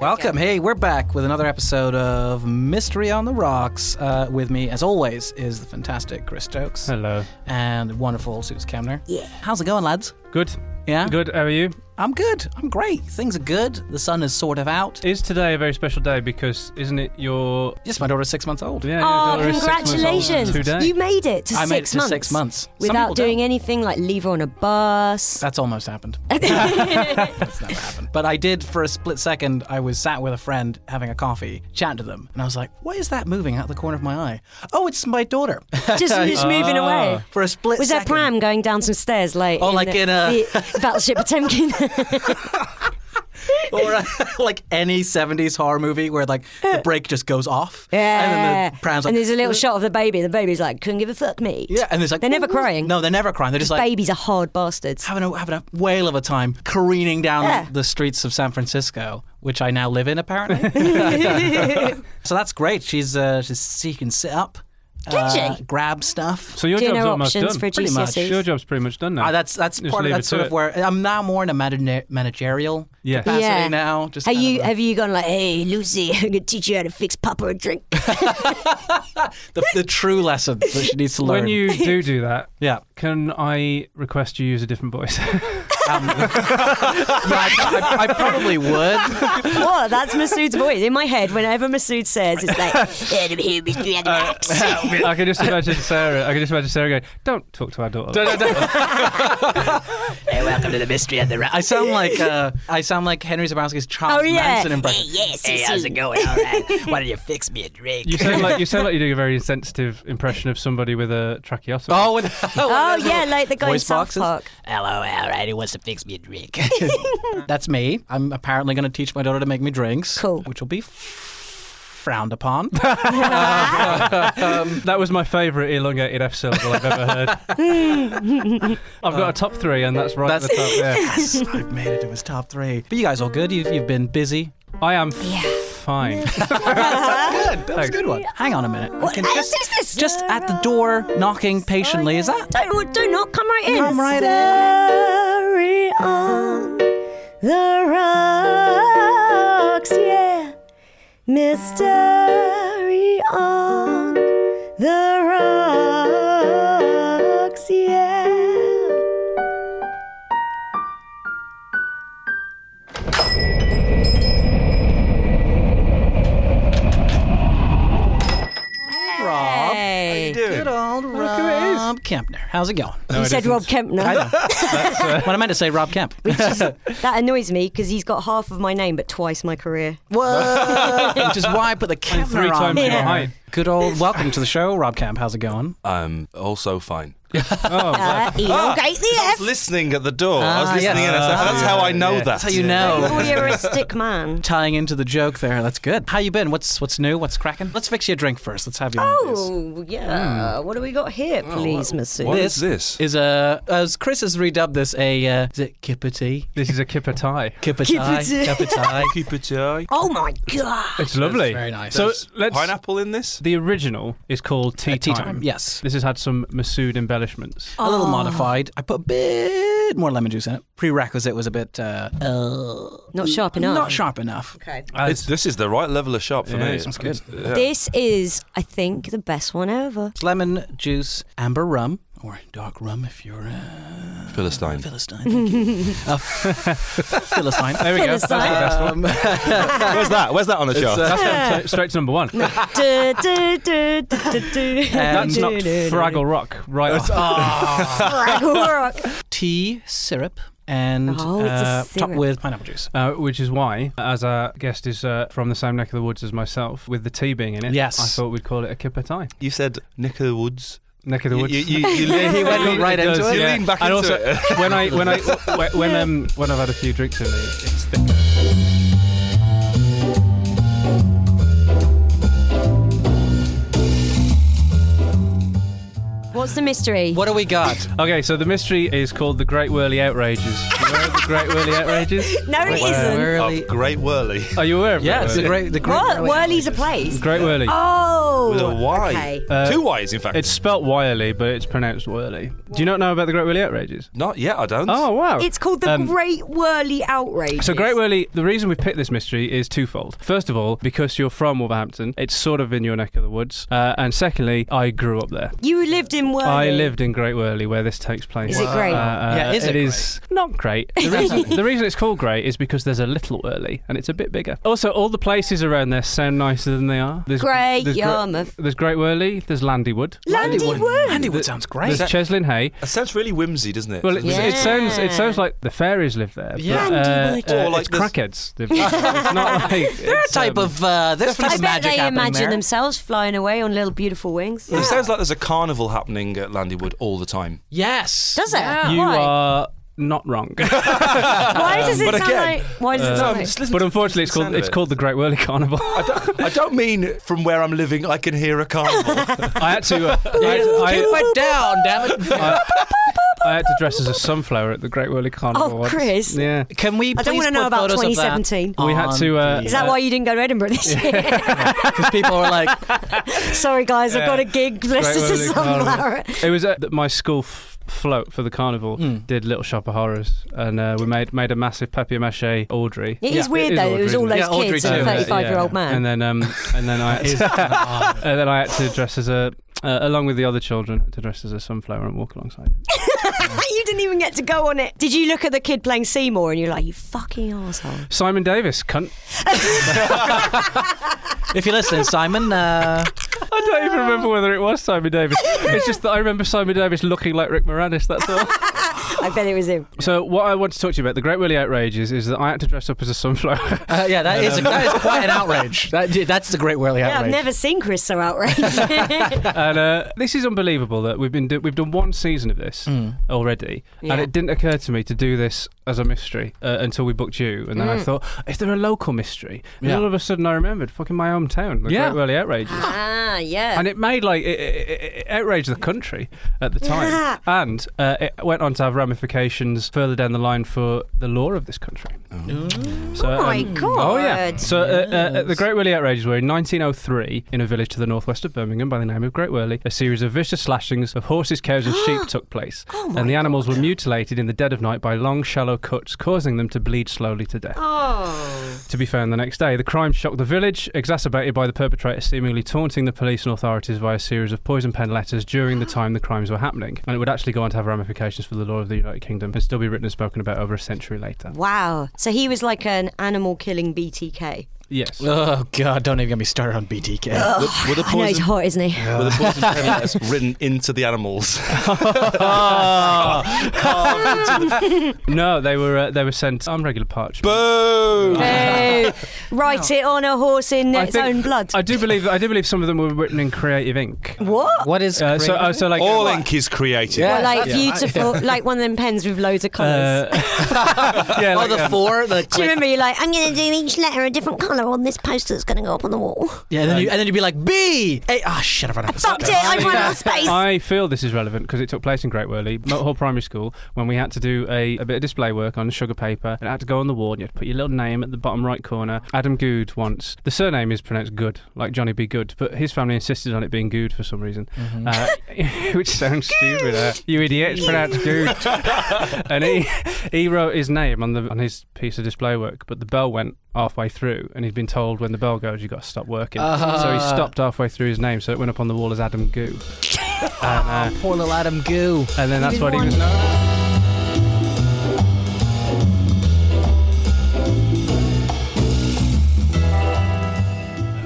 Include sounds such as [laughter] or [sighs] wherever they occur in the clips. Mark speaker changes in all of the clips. Speaker 1: Welcome. Hey, we're back with another episode of Mystery on the Rocks. Uh, with me, as always, is the fantastic Chris Stokes.
Speaker 2: Hello.
Speaker 1: And wonderful Suze Kemner. Yeah. How's it going, lads?
Speaker 2: Good.
Speaker 1: Yeah?
Speaker 2: Good. How are you?
Speaker 1: I'm good. I'm great. Things are good. The sun is sort of out.
Speaker 2: Is today a very special day because isn't it your?
Speaker 1: Yes, my daughter's six months old.
Speaker 2: Yeah, your
Speaker 3: Oh,
Speaker 2: daughter is six months old
Speaker 3: congratulations!
Speaker 2: Today.
Speaker 3: You made it to
Speaker 1: I
Speaker 3: six
Speaker 1: made it to
Speaker 3: months.
Speaker 1: six months. Some people
Speaker 3: Without doing
Speaker 1: don't.
Speaker 3: anything like leave her on a bus.
Speaker 1: That's almost
Speaker 3: [laughs]
Speaker 1: happened. That's never happened. But I did for a split second. I was sat with a friend having a coffee, chatting to them, and I was like, "What is that moving out the corner of my eye? Oh, it's my daughter."
Speaker 3: Just, just moving away.
Speaker 1: [laughs] for a split
Speaker 3: Was that
Speaker 1: second.
Speaker 3: pram going down some stairs like
Speaker 1: Oh,
Speaker 3: in
Speaker 1: like
Speaker 3: the,
Speaker 1: in a- [laughs]
Speaker 3: the battleship Potemkin?
Speaker 1: or uh, [laughs] like any 70s horror movie where like the brake just goes off
Speaker 3: Uh. yeah.
Speaker 1: and then the pram's like
Speaker 3: And there's a little shot of the baby. The baby's like, couldn't give a fuck me.
Speaker 1: yeah and there's like
Speaker 3: They're never crying.
Speaker 1: no they're never crying they're just like
Speaker 3: babies are hard bastards.
Speaker 1: having a having a whale of a time careening down
Speaker 3: Yeah.
Speaker 1: the streets of San Francisco which I now live in
Speaker 3: [laughs]
Speaker 1: apparently [laughs] so that's great she's uh, she's she can sit up uh,
Speaker 3: she?
Speaker 1: grab stuff
Speaker 2: So your
Speaker 3: Dinner
Speaker 2: job's almost
Speaker 3: options
Speaker 2: done.
Speaker 3: for
Speaker 2: pretty much.
Speaker 3: GCSEs.
Speaker 2: Your job's pretty much done now.
Speaker 1: Uh, that's that's
Speaker 2: Just
Speaker 1: part of,
Speaker 2: leave
Speaker 1: that's
Speaker 2: it
Speaker 1: sort
Speaker 2: to
Speaker 1: of
Speaker 2: it.
Speaker 1: where I'm now more in a manag- managerial
Speaker 2: Yeah.
Speaker 1: capacity
Speaker 3: Yeah.
Speaker 1: now. Just
Speaker 3: Have
Speaker 1: kind of
Speaker 3: you
Speaker 1: a-
Speaker 3: have you gone like, hey Lucy, [laughs] I'm gonna teach you how to fix Papa
Speaker 1: [laughs]
Speaker 3: a drink?
Speaker 1: the, the true lesson that she needs to learn.
Speaker 2: When you do do that,
Speaker 1: [laughs] yeah.
Speaker 2: can I request you use a
Speaker 1: [laughs]
Speaker 2: different voice? [laughs]
Speaker 1: Um, yeah, I, I- I probably [laughs] would.
Speaker 3: what? That's Masood's voice in my head. Whenever Masood says, it's
Speaker 1: [laughs]
Speaker 3: like, "Let him hear me through the rocks."
Speaker 2: I can just imagine Sarah. I can just imagine Sarah going, "Don't talk to our daughter." like that."
Speaker 1: hey, welcome to the mystery of the. Ra- I sound like uh, I sound like Henry Zabrowski's Charles
Speaker 3: Oh, yeah.
Speaker 1: Manson impression.
Speaker 3: yes, hey, how's it going?
Speaker 1: [laughs]
Speaker 2: You sound like you sound like you're doing a very insensitive impression of somebody with a tracheotomy.
Speaker 1: Oh, [laughs] and,
Speaker 3: Oh yeah, like the guy in
Speaker 1: voice
Speaker 3: South
Speaker 1: boxes?
Speaker 3: Park.
Speaker 1: that's me. I'm apparently going to teach my daughter to make me drinks.
Speaker 3: Cool.
Speaker 1: Which will be. Frowned upon. [laughs] Um,
Speaker 2: [laughs] that was my favourite elongated F syllable I've ever
Speaker 1: [laughs]
Speaker 2: heard. I've got a top three, and that's right
Speaker 1: That's-
Speaker 2: at the top. Yeah.
Speaker 1: yes, I've made it to his top three. But you guys all good? You've, you've been busy.
Speaker 2: I
Speaker 1: [laughs]
Speaker 2: am fine.
Speaker 1: Good. That was a good one. Hang on a minute. I can
Speaker 3: else
Speaker 1: just,
Speaker 3: is this?
Speaker 1: Just at the door, knocking patiently. Is that?
Speaker 3: Don't do not come right in.
Speaker 1: Come right in.
Speaker 3: Sorry on the rocks, yeah. Mystery on the rocks, yeah.
Speaker 1: Rob.
Speaker 3: Hey.
Speaker 1: Good old Rob Kempner. How's it [laughs] going?
Speaker 3: you said Rob Kempner.
Speaker 1: what I meant to say, Rob
Speaker 3: [laughs]
Speaker 1: Kemp.
Speaker 3: That annoys me because he's got half of my name but twice my career.
Speaker 1: [laughs] Which is why I put the camera
Speaker 2: three
Speaker 1: on.
Speaker 2: times
Speaker 1: there.
Speaker 2: your height.
Speaker 1: Good old welcome to the show, Rob Kemp. How's it going?
Speaker 4: I'm also Um, fine.
Speaker 2: Oh,
Speaker 3: Uh,
Speaker 2: [laughs]
Speaker 3: elongate the
Speaker 4: I
Speaker 3: F.
Speaker 4: was listening at the door. I was
Speaker 1: Ah,
Speaker 4: listening
Speaker 1: yeah.
Speaker 4: in. I said,
Speaker 1: Ah,
Speaker 4: that's how I know that.
Speaker 1: That's how you know.
Speaker 3: Oh,
Speaker 1: [laughs]
Speaker 3: you're a stick
Speaker 2: [laughs]
Speaker 3: man.
Speaker 1: Tying into the joke there. That's good. How you been? What's what's new? What's cracking? Let's fix you a drink first. Let's have you. on
Speaker 3: Oh, yeah.
Speaker 2: Hmm.
Speaker 3: What do we got here,
Speaker 2: Oh,
Speaker 3: please, Masood?
Speaker 4: What
Speaker 1: this.
Speaker 4: is this?
Speaker 1: Is a as Chris has redubbed this a uh, is it kippity
Speaker 2: This is a kipper tie.
Speaker 1: kippity
Speaker 3: Kippity. [laughs]
Speaker 1: kippity.
Speaker 4: Keep it eye.
Speaker 3: Oh my
Speaker 2: [laughs]
Speaker 3: god!
Speaker 2: It's lovely.
Speaker 1: very nice.
Speaker 2: So
Speaker 1: There's
Speaker 2: let's.
Speaker 4: Pineapple in this?
Speaker 2: The original is called Tea,
Speaker 1: Uh, Tea Time, yes.
Speaker 2: This has had some Masood embellishments.
Speaker 1: A little modified. I put a bit more lemon juice in it. Prerequisite was a bit uh, uh,
Speaker 3: Not sharp enough.
Speaker 1: Not sharp enough.
Speaker 3: Okay.
Speaker 4: It's, this is the right level of sharp for
Speaker 2: Yeah,
Speaker 4: me.
Speaker 2: it's
Speaker 1: good.
Speaker 3: This is, I think, the best
Speaker 2: [laughs]
Speaker 3: one ever.
Speaker 1: It's lemon juice, amber rum, or dark rum if you're a
Speaker 4: Philistine.
Speaker 1: Philistine. Thank you.
Speaker 3: [laughs]
Speaker 1: a Philistine.
Speaker 2: There we go. That's the
Speaker 3: Philistine.
Speaker 2: best one.
Speaker 4: Where's that? Where's that on the chart?
Speaker 2: That's straight- straight to number one.
Speaker 3: Du- du- du- du- du- du.
Speaker 2: [laughs] That's
Speaker 1: Um,
Speaker 2: not
Speaker 3: [laughs]
Speaker 1: ah.
Speaker 2: Fraggle Rock, right? Off.
Speaker 3: Fraggle Rock.
Speaker 1: [laughs] tea syrup and
Speaker 3: Oh, it's a
Speaker 1: uh, topped
Speaker 3: syrup.
Speaker 1: with pineapple juice.
Speaker 2: Uh, which is why, as our guest is uh, from the same neck of the woods as myself, with the tea being in it,
Speaker 1: Yes.
Speaker 2: I thought we'd call it a kipper tie.
Speaker 4: You said Nicola Woods.
Speaker 2: Neck of the
Speaker 4: You,
Speaker 2: woods.
Speaker 4: you, you, you
Speaker 1: [laughs]
Speaker 4: lean,
Speaker 1: He went right
Speaker 2: It
Speaker 1: into
Speaker 2: does,
Speaker 1: it.
Speaker 4: You
Speaker 2: yeah.
Speaker 4: lean back
Speaker 2: and
Speaker 4: into
Speaker 2: also,
Speaker 4: it.
Speaker 2: when I when I
Speaker 4: [laughs]
Speaker 2: when, when um when I've had a few drinks in me, it's thick.
Speaker 3: What's the mystery?
Speaker 1: What do we got?
Speaker 2: Okay, so the mystery is called the Great Whirly Outrages. You aware of the Great
Speaker 1: [laughs]
Speaker 2: Whirly Outrages?
Speaker 3: No, it isn't.
Speaker 1: Whirly.
Speaker 4: Of Great Whirly.
Speaker 2: Are you aware of
Speaker 1: Yeah,
Speaker 2: that?
Speaker 1: it's the great. The great
Speaker 3: What?
Speaker 1: Whirly.
Speaker 3: Whirly's a place.
Speaker 2: Great Whirly.
Speaker 3: Oh.
Speaker 4: With a Y.
Speaker 3: Okay.
Speaker 4: Two Ys, in fact.
Speaker 2: It's spelt Wirely, but it's pronounced Whirly. Do you not know about the Great Whirly Outrages?
Speaker 4: not yet, I don't.
Speaker 2: Oh wow!
Speaker 3: It's called the
Speaker 2: Um,
Speaker 3: Great Whirly Outrage.
Speaker 2: So Great Whirly, the reason we picked this mystery is twofold. First of all, because you're from Wolverhampton, it's sort of in your neck of the woods, uh, and secondly, I grew up there.
Speaker 3: You lived in Whirly.
Speaker 2: I lived in Great Whirly, where this takes place.
Speaker 3: Is it great?
Speaker 2: Uh, uh,
Speaker 1: Yeah, is it great?
Speaker 2: is not great. The reason, the reason it's called great is because there's a little Whirly, and it's a bit bigger. Also, all the places around there sound nicer than they are. There's
Speaker 3: Grey
Speaker 2: there's Gre-
Speaker 3: Yarmouth.
Speaker 2: there's Great Whirly. There's Landywood.
Speaker 3: Landywood.
Speaker 1: Handywood sounds great.
Speaker 2: There's Cheslin Hay.
Speaker 4: It sounds really whimsy, doesn't it? uh,
Speaker 2: Well, it,
Speaker 3: Yeah.
Speaker 2: it sounds it sounds like the fairies live there.
Speaker 1: Yeah.
Speaker 2: but,
Speaker 3: Landywood.
Speaker 2: uh, uh,
Speaker 4: Or like
Speaker 2: it's
Speaker 4: this-
Speaker 2: crackheads.
Speaker 4: [laughs]
Speaker 2: live there. it's not like
Speaker 1: They're a
Speaker 2: it's,
Speaker 1: type
Speaker 2: um,
Speaker 1: of uh, there's type
Speaker 3: I
Speaker 1: of
Speaker 3: bet
Speaker 1: magic
Speaker 3: they
Speaker 1: happening
Speaker 3: imagine
Speaker 1: there.
Speaker 3: themselves flying away on little beautiful wings.
Speaker 4: It sounds like there's a carnival happening at Landywood all the time.
Speaker 1: Yes.
Speaker 3: Does it?
Speaker 2: You
Speaker 3: Why?
Speaker 2: are not
Speaker 4: [laughs]
Speaker 2: wrong.
Speaker 3: Why
Speaker 1: um,
Speaker 3: does it
Speaker 4: but
Speaker 3: sound
Speaker 4: again,
Speaker 3: like? Why
Speaker 1: uh,
Speaker 3: does it sound like?
Speaker 2: but unfortunately, it's called it's called the Great Whirly Carnival.
Speaker 4: I don't mean from where I'm living, I can hear a carnival.
Speaker 2: [laughs] I had to. Uh, I,
Speaker 1: Keep
Speaker 2: I,
Speaker 1: it down, damn it. [laughs]
Speaker 2: I, I had to dress as a sunflower at the Great Whirly Carnival.
Speaker 3: Oh,
Speaker 2: once.
Speaker 3: Chris.
Speaker 2: Yeah.
Speaker 1: Can we?
Speaker 3: I don't
Speaker 1: want to
Speaker 3: know about 2017.
Speaker 1: Oh,
Speaker 2: We had to, uh,
Speaker 3: Is that why you didn't go to Edinburgh this year?
Speaker 1: Because people were like,
Speaker 3: [laughs] Sorry, guys, I've got a gig. Let's
Speaker 2: Great
Speaker 3: just
Speaker 2: Whirly
Speaker 1: um,
Speaker 3: [laughs] sunflower.
Speaker 2: Carnival. It was at the- my school f- float for the carnival. Did Little Shop of Horrors, and uh, we made made a massive papier-mâché Audrey.
Speaker 3: It is
Speaker 1: Yeah.
Speaker 2: It
Speaker 3: weird
Speaker 2: is
Speaker 3: though. It was all
Speaker 2: Audrey,
Speaker 3: those
Speaker 1: isn't it? Yeah,
Speaker 3: kids
Speaker 1: Audrey
Speaker 3: and a
Speaker 1: too.
Speaker 3: thirty-five-year-old man.
Speaker 2: And then um, and then I and then I had to dress as a uh, along with the other children to dress as a sunflower and walk alongside. it.
Speaker 3: [laughs] you didn't even get to go on it. Did you look at the kid playing Seymour and you're like, you fucking asshole?
Speaker 2: Simon Davis, cunt.
Speaker 1: if you're listening, Simon, uh,
Speaker 2: I don't even remember whether it was Simon Davis. It's just that I remember Simon Davis looking like Rick Moranis. That's all.
Speaker 3: [laughs] I bet it was him.
Speaker 2: so what I want to talk to you about the Great Willy Outrages is that I had to dress up as
Speaker 1: [laughs]
Speaker 2: a sunflower.
Speaker 1: uh, yeah, that is that is quite an
Speaker 2: [laughs]
Speaker 1: outrage. That, that's the great whirly
Speaker 3: Yeah,
Speaker 1: outrage.
Speaker 3: I've never seen Chris so
Speaker 1: [laughs]
Speaker 3: outraged. [laughs]
Speaker 2: and uh, this is unbelievable that we've been do- we've done one season of this
Speaker 1: Mm.
Speaker 2: already,
Speaker 3: Yeah.
Speaker 2: and it didn't occur to me to do this as a mystery uh, until we booked you, and then I thought, is there a local mystery? And
Speaker 1: Mm. Yeah.
Speaker 2: all of a sudden, I remembered fucking my hometown, the
Speaker 1: Yeah.
Speaker 2: Great Whirly Outrages.
Speaker 3: ah, yeah.
Speaker 2: And it made like it, it, it- it outraged the country at the time,
Speaker 3: Yeah.
Speaker 2: and uh, it went on to have ramifications further down the line for the law of this country. So,
Speaker 1: Uh,
Speaker 3: Oh my
Speaker 1: um,
Speaker 3: God.
Speaker 2: Oh yeah. So uh, uh, the Great Whirly outrages were in 1903 in a village to the northwest of Birmingham by the name of Great Whirly. A series of vicious slashings of horses, cows, and sheep took place, and the animals were mutilated in the dead of night by long, shallow cuts, causing them to bleed slowly to death
Speaker 3: Oh.
Speaker 2: to be found the next day. The crime shocked the village, exacerbated by the perpetrator seemingly taunting the police and authorities via a series of poison pen letters during the time the crimes were happening. And it would actually go on to have ramifications for the law of the United Kingdom and still be written and spoken about over a century later.
Speaker 3: Wow. So he was like an animal killing BTK.
Speaker 2: Yes.
Speaker 1: Oh god, don't even get me started on BTK.
Speaker 4: were, were the
Speaker 3: I know he's
Speaker 4: poison,
Speaker 3: hot, isn't he?
Speaker 4: were the poison pen letters written into the [laughs] animals?
Speaker 2: No, they were uh, they were sent on regular parchment.
Speaker 4: Boo!
Speaker 3: Boo. [laughs] Write it on a horse in
Speaker 2: I
Speaker 3: its
Speaker 2: think-
Speaker 3: own blood.
Speaker 2: I do believe I do believe some of them were written in creative ink.
Speaker 3: what?
Speaker 1: What is
Speaker 2: Uh, so,
Speaker 1: creative?
Speaker 2: uh, so like
Speaker 4: All ink is creative.
Speaker 3: Or like
Speaker 1: Yeah.
Speaker 3: beautiful, like one of them pens with loads of colours.
Speaker 2: Uh, yeah,
Speaker 1: oh
Speaker 2: like,
Speaker 1: the
Speaker 2: uh,
Speaker 1: four the
Speaker 3: [laughs] do you
Speaker 1: click.
Speaker 3: remember you're like, I'm going to do each letter a different colour on this poster that's going to go up on the wall?
Speaker 1: yeah, and then
Speaker 2: uh,
Speaker 1: you and then you'd be like B A Ah shit, I've run out of
Speaker 3: Fucked it, I've run out of space.
Speaker 2: I feel this is relevant because it took place in Great Whirley, Moat Hall Primary School, when we had to do a, a bit of display work on sugar paper and it had to go on the wall and you had to put your little name at the bottom right corner. Adam Good once. The surname is pronounced Good, like Johnny B. Good, but his family insisted on it being Good for some reason, uh, [laughs] which sounds stupid. uh, you idiot, it's pronounced Good. and he, he wrote his name on, the, on his piece of display work, but the bell went halfway through and he'd been told when the bell goes you've got to stop working so he stopped halfway through his name so it went up on the wall as adam goo
Speaker 1: Poor little Adam Goo.
Speaker 2: and then that's what he was.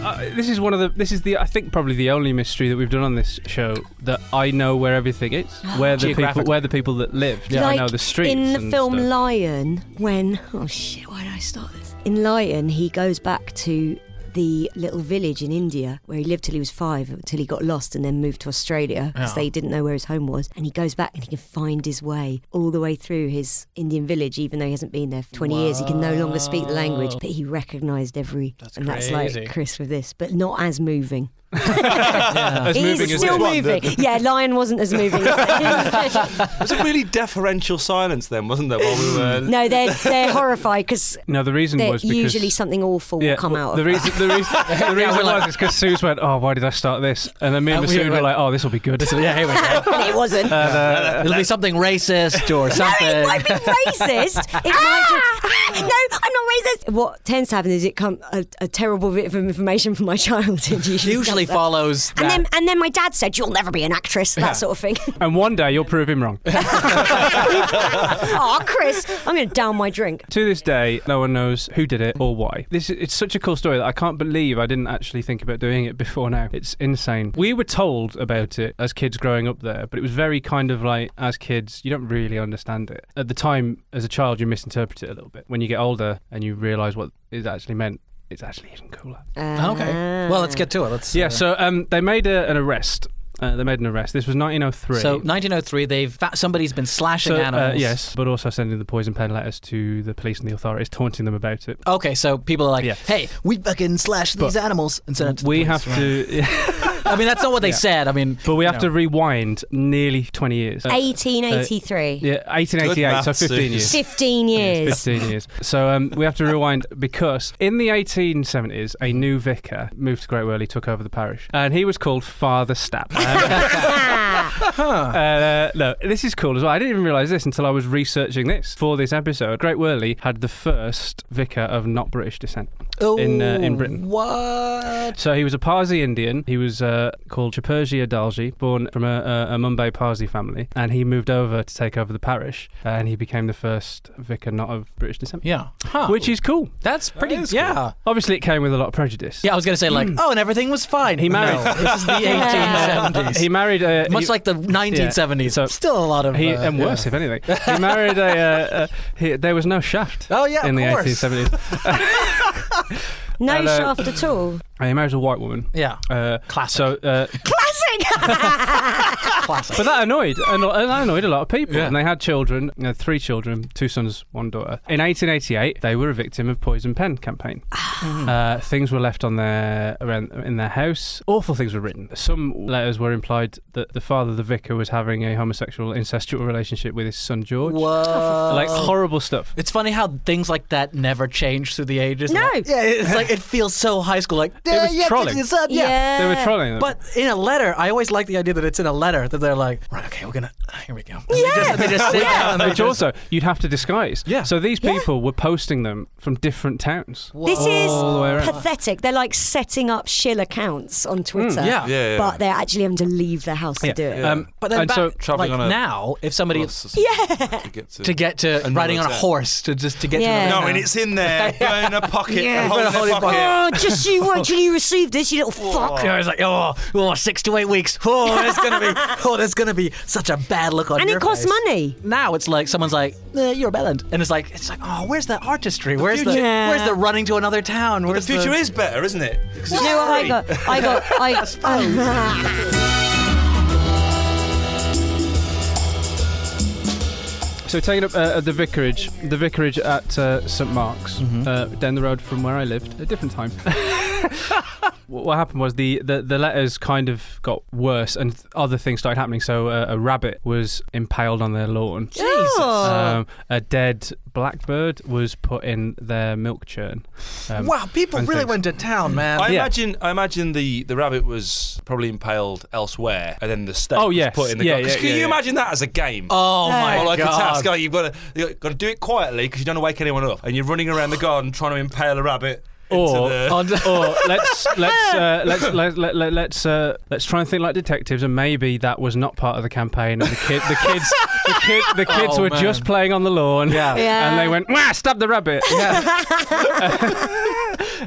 Speaker 2: Uh, this is one of the. This is the. I think probably the only mystery that we've done on this show that I know where everything
Speaker 3: [gasps]
Speaker 2: is, where the people,
Speaker 1: Geographical.
Speaker 2: where the people that lived. I
Speaker 3: like
Speaker 2: know the streets.
Speaker 3: in the
Speaker 2: and
Speaker 3: film
Speaker 2: stuff.
Speaker 3: Lion, when oh shit, why did I start this? In Lion, he goes back to the little village in India where he lived till he was five, until he got lost and then moved to Australia because
Speaker 1: Yeah.
Speaker 3: they didn't know where his home was. And he goes back and he can find his way all the way through his Indian village, even though he hasn't been there for twenty years. He can no longer speak the language, but he recognised every. and that's
Speaker 1: crazy.
Speaker 3: like Chris with this, but not
Speaker 2: [laughs]
Speaker 3: as moving.
Speaker 2: As
Speaker 3: He's
Speaker 2: moving as
Speaker 3: still
Speaker 2: this
Speaker 4: one,
Speaker 3: moving. yeah, Lion wasn't as moving.
Speaker 2: [laughs]
Speaker 3: as that.
Speaker 4: It was a really deferential silence then, wasn't there? While we [laughs] were
Speaker 3: no, they're
Speaker 2: [laughs]
Speaker 3: they're horrified because
Speaker 2: No, the reason
Speaker 3: that
Speaker 2: was because
Speaker 3: usually something awful will come
Speaker 2: well,
Speaker 3: out
Speaker 2: The
Speaker 3: of [laughs]
Speaker 2: reason, the reason, the reason
Speaker 1: we're like-
Speaker 2: was is because Suze went, "Oh, why did I start this?" And
Speaker 3: [laughs]
Speaker 2: then me and
Speaker 1: And
Speaker 2: the
Speaker 1: we
Speaker 2: Suze
Speaker 1: were
Speaker 2: were
Speaker 1: like-
Speaker 2: like, "Oh, this will be good."
Speaker 1: This is- yeah, here we go.
Speaker 3: and it wasn't.
Speaker 2: Uh,
Speaker 1: It'll be something racist or something.
Speaker 3: [laughs] No, it might
Speaker 2: [laughs]
Speaker 3: be racist. It
Speaker 2: Ah!
Speaker 3: might just, no, I'm not racist. What tends to happen is it comes a, a terrible bit of information from my childhood. [laughs] Usually,
Speaker 1: Usually
Speaker 3: comes up.
Speaker 1: follows
Speaker 3: And
Speaker 1: that.
Speaker 3: then, and then my dad said, "You'll never be an actress." That sort of thing. [laughs]
Speaker 2: And one day you'll prove him wrong.
Speaker 3: oh, Chris, I'm going to down my drink.
Speaker 2: to this day, no one knows who did it or why. This is, it's such a cool story that I can't believe I didn't actually think about doing it before now. It's insane. We were told about it as kids growing up there, but it was very kind of like as kids, you don't really understand it. At the time, as a child, you misinterpret it a little bit. When you get older and you realise what it actually meant, it's actually even cooler.
Speaker 1: okay. Well, let's get to it. Let's.
Speaker 2: Yeah,
Speaker 1: uh,
Speaker 2: so um, they made a, an arrest. Uh, they made an arrest. This was 1903.
Speaker 1: So 1903, they've fa- somebody's been slashing
Speaker 2: So, uh,
Speaker 1: animals.
Speaker 2: yes, but also sending the poison pen letters to the police and the authorities, taunting them about it.
Speaker 1: Okay, so people are like,
Speaker 2: Yeah.
Speaker 1: "Hey, we fucking slashed these animals," and sent it to the
Speaker 2: we
Speaker 1: police, right?
Speaker 2: have [laughs] to,
Speaker 1: I mean, that's not what they said. I mean,
Speaker 2: but we have
Speaker 1: you
Speaker 2: to
Speaker 1: know.
Speaker 2: rewind nearly 20 years. Uh,
Speaker 3: 1883.
Speaker 2: yeah, 1888, so
Speaker 4: maths,
Speaker 2: 15
Speaker 4: Suze.
Speaker 2: years.
Speaker 3: 15 years.
Speaker 2: 15 years. So um, we have to rewind because in the 1870s, a new vicar moved to Great Worley, took over the parish, and he was called Father Stapp. [laughs] Uh, no, this is cool as well. I didn't even realise this until I was researching this for this episode. Great Worley had the first vicar of not British descent in uh, in Britain.
Speaker 1: Oh, What?
Speaker 2: So he was a Parsi Indian. He was uh, called Chaperji Adalji, born from a, a, a Mumbai Parsi family, and he moved over to take over the parish, and he became the first vicar not of British descent.
Speaker 1: Yeah. Huh.
Speaker 2: Which is cool.
Speaker 1: that's pretty.
Speaker 4: is cool.
Speaker 1: yeah.
Speaker 2: Obviously, it came with a lot of prejudice.
Speaker 1: Yeah, I was gonna say like, oh, and everything was fine.
Speaker 2: He married-
Speaker 1: No, [laughs] this
Speaker 2: [laughs]
Speaker 1: is the 1870s.
Speaker 2: He married a
Speaker 1: Much
Speaker 2: he-
Speaker 1: like the 1970s.
Speaker 2: So-
Speaker 1: Still a lot of.
Speaker 2: He,
Speaker 1: uh,
Speaker 2: and
Speaker 1: yeah.
Speaker 2: worse, if anything,
Speaker 1: [laughs]
Speaker 2: he married a. Uh, uh, he, there was no shaft.
Speaker 1: Oh, yeah,
Speaker 2: in
Speaker 1: of
Speaker 2: the
Speaker 1: course. [laughs]
Speaker 2: 1870s,
Speaker 3: No
Speaker 2: Hello.
Speaker 3: shaft
Speaker 2: [laughs]
Speaker 3: at all.
Speaker 2: and he married a white woman.
Speaker 1: Yeah.
Speaker 2: Uh,
Speaker 1: Classic.
Speaker 2: So, uh,
Speaker 3: Classic.
Speaker 1: Classic.
Speaker 2: but that annoyed, and and that annoyed a lot of people.
Speaker 1: Yeah.
Speaker 2: And they had children, you know, three children, two sons, one daughter. In 1888, they were a victim of poison
Speaker 1: [sighs]
Speaker 2: pen campaign.
Speaker 1: Mm.
Speaker 2: uh, things were left on their around in their house. Awful things were written. Some letters were implied that the father, the vicar, was having a homosexual incestual relationship with his son George.
Speaker 1: Whoa.
Speaker 2: Like horrible stuff.
Speaker 1: It's funny how things like that never change through the ages.
Speaker 3: No.
Speaker 1: Like, yeah, it's like it feels so high school. Like yeah,
Speaker 2: was
Speaker 1: yeah,
Speaker 2: trolling.
Speaker 1: It's up, yeah.
Speaker 3: [laughs] Yeah.
Speaker 2: They were trolling them.
Speaker 1: But in a letter, I always like the idea that it's in a letter that they're like, right, okay, we're gonna ah, here we go. And yeah. They just, they
Speaker 2: [laughs]
Speaker 1: just sit down and they
Speaker 2: Which
Speaker 1: just-
Speaker 2: also you'd have to disguise.
Speaker 1: Yeah.
Speaker 2: So these people were posting them from different towns.
Speaker 3: This is
Speaker 2: the way around. Mm,
Speaker 3: pathetic. They're like setting up shill accounts on Twitter.
Speaker 1: yeah. Yeah,
Speaker 4: yeah.
Speaker 3: But they're actually having to leave their house to do it.
Speaker 2: Um,
Speaker 1: But then
Speaker 2: and
Speaker 1: back,
Speaker 2: so
Speaker 4: traveling
Speaker 1: like
Speaker 4: on a-
Speaker 1: now, if somebody
Speaker 4: yeah. To get to,
Speaker 1: to get to
Speaker 4: Another
Speaker 1: riding on a
Speaker 4: town.
Speaker 1: horse to just to get
Speaker 3: Yeah.
Speaker 1: to
Speaker 4: No,
Speaker 1: another
Speaker 4: and
Speaker 1: town.
Speaker 4: it's in [laughs] there, in a pocket,
Speaker 3: Yeah.
Speaker 4: a hole in
Speaker 1: Hole in
Speaker 4: a
Speaker 1: pocket.
Speaker 4: pocket.
Speaker 3: Oh, just so you wait till you receive this, you little fuck.
Speaker 1: Yeah, I was like, oh, oh, six to eight weeks. Oh, there's gonna [laughs] be, oh, there's gonna be such a bad look on
Speaker 3: And
Speaker 1: your
Speaker 3: it costs
Speaker 1: face.
Speaker 3: money.
Speaker 1: Now it's like someone's like, eh, you're a bellend, and it's like, it's like, oh, where's the artistry? Where's the,
Speaker 3: future- Yeah.
Speaker 1: where's the running to another town?
Speaker 4: The
Speaker 1: Where's
Speaker 4: future is better, isn't it? 'Cause
Speaker 3: You
Speaker 4: it's
Speaker 3: know what I
Speaker 4: free.
Speaker 3: got? I
Speaker 2: [laughs]
Speaker 3: got. I,
Speaker 2: So taking up uh, at the vicarage, the vicarage at uh, St Mark's, uh, down the road from where I lived, a different time. [laughs] What what happened was the, the, the letters kind of got worse and th- other things started happening. So uh, a rabbit was impaled on their lawn.
Speaker 3: Oh.
Speaker 2: Um, a dead blackbird was put in their milk churn.
Speaker 1: [laughs]
Speaker 2: Um,
Speaker 1: Wow, people
Speaker 2: and
Speaker 1: really
Speaker 2: things.
Speaker 1: went to town, man. [laughs]
Speaker 4: I
Speaker 2: Yeah.
Speaker 4: imagine. I imagine the, the rabbit was probably impaled elsewhere, and then the stake
Speaker 2: Oh,
Speaker 4: was
Speaker 2: yes.
Speaker 4: put in the.
Speaker 2: Yeah,
Speaker 4: gu- 'cause
Speaker 2: yeah,
Speaker 4: Can
Speaker 2: yeah,
Speaker 4: you
Speaker 2: yeah.
Speaker 4: imagine that as a game?
Speaker 1: oh my
Speaker 4: or like
Speaker 1: god.
Speaker 4: a task. Like you've got to you've got to do it quietly because you don't wanna wake anyone up, and you're running around the garden trying to impale a rabbit. into
Speaker 2: Or,
Speaker 4: the-
Speaker 2: [laughs] or
Speaker 4: [laughs]
Speaker 2: let's let's uh, let's let, let, let, let's uh, let's try and think like detectives, and maybe that was not part of the campaign. And the kid, the kids, the, kid,
Speaker 4: [laughs]
Speaker 2: the kids
Speaker 1: Oh,
Speaker 2: were
Speaker 1: man.
Speaker 2: just playing on the lawn,
Speaker 1: Yeah.
Speaker 3: Yeah.
Speaker 4: [laughs]
Speaker 2: and they went, "Wah, stab the rabbit!"
Speaker 1: Yeah.
Speaker 2: [laughs]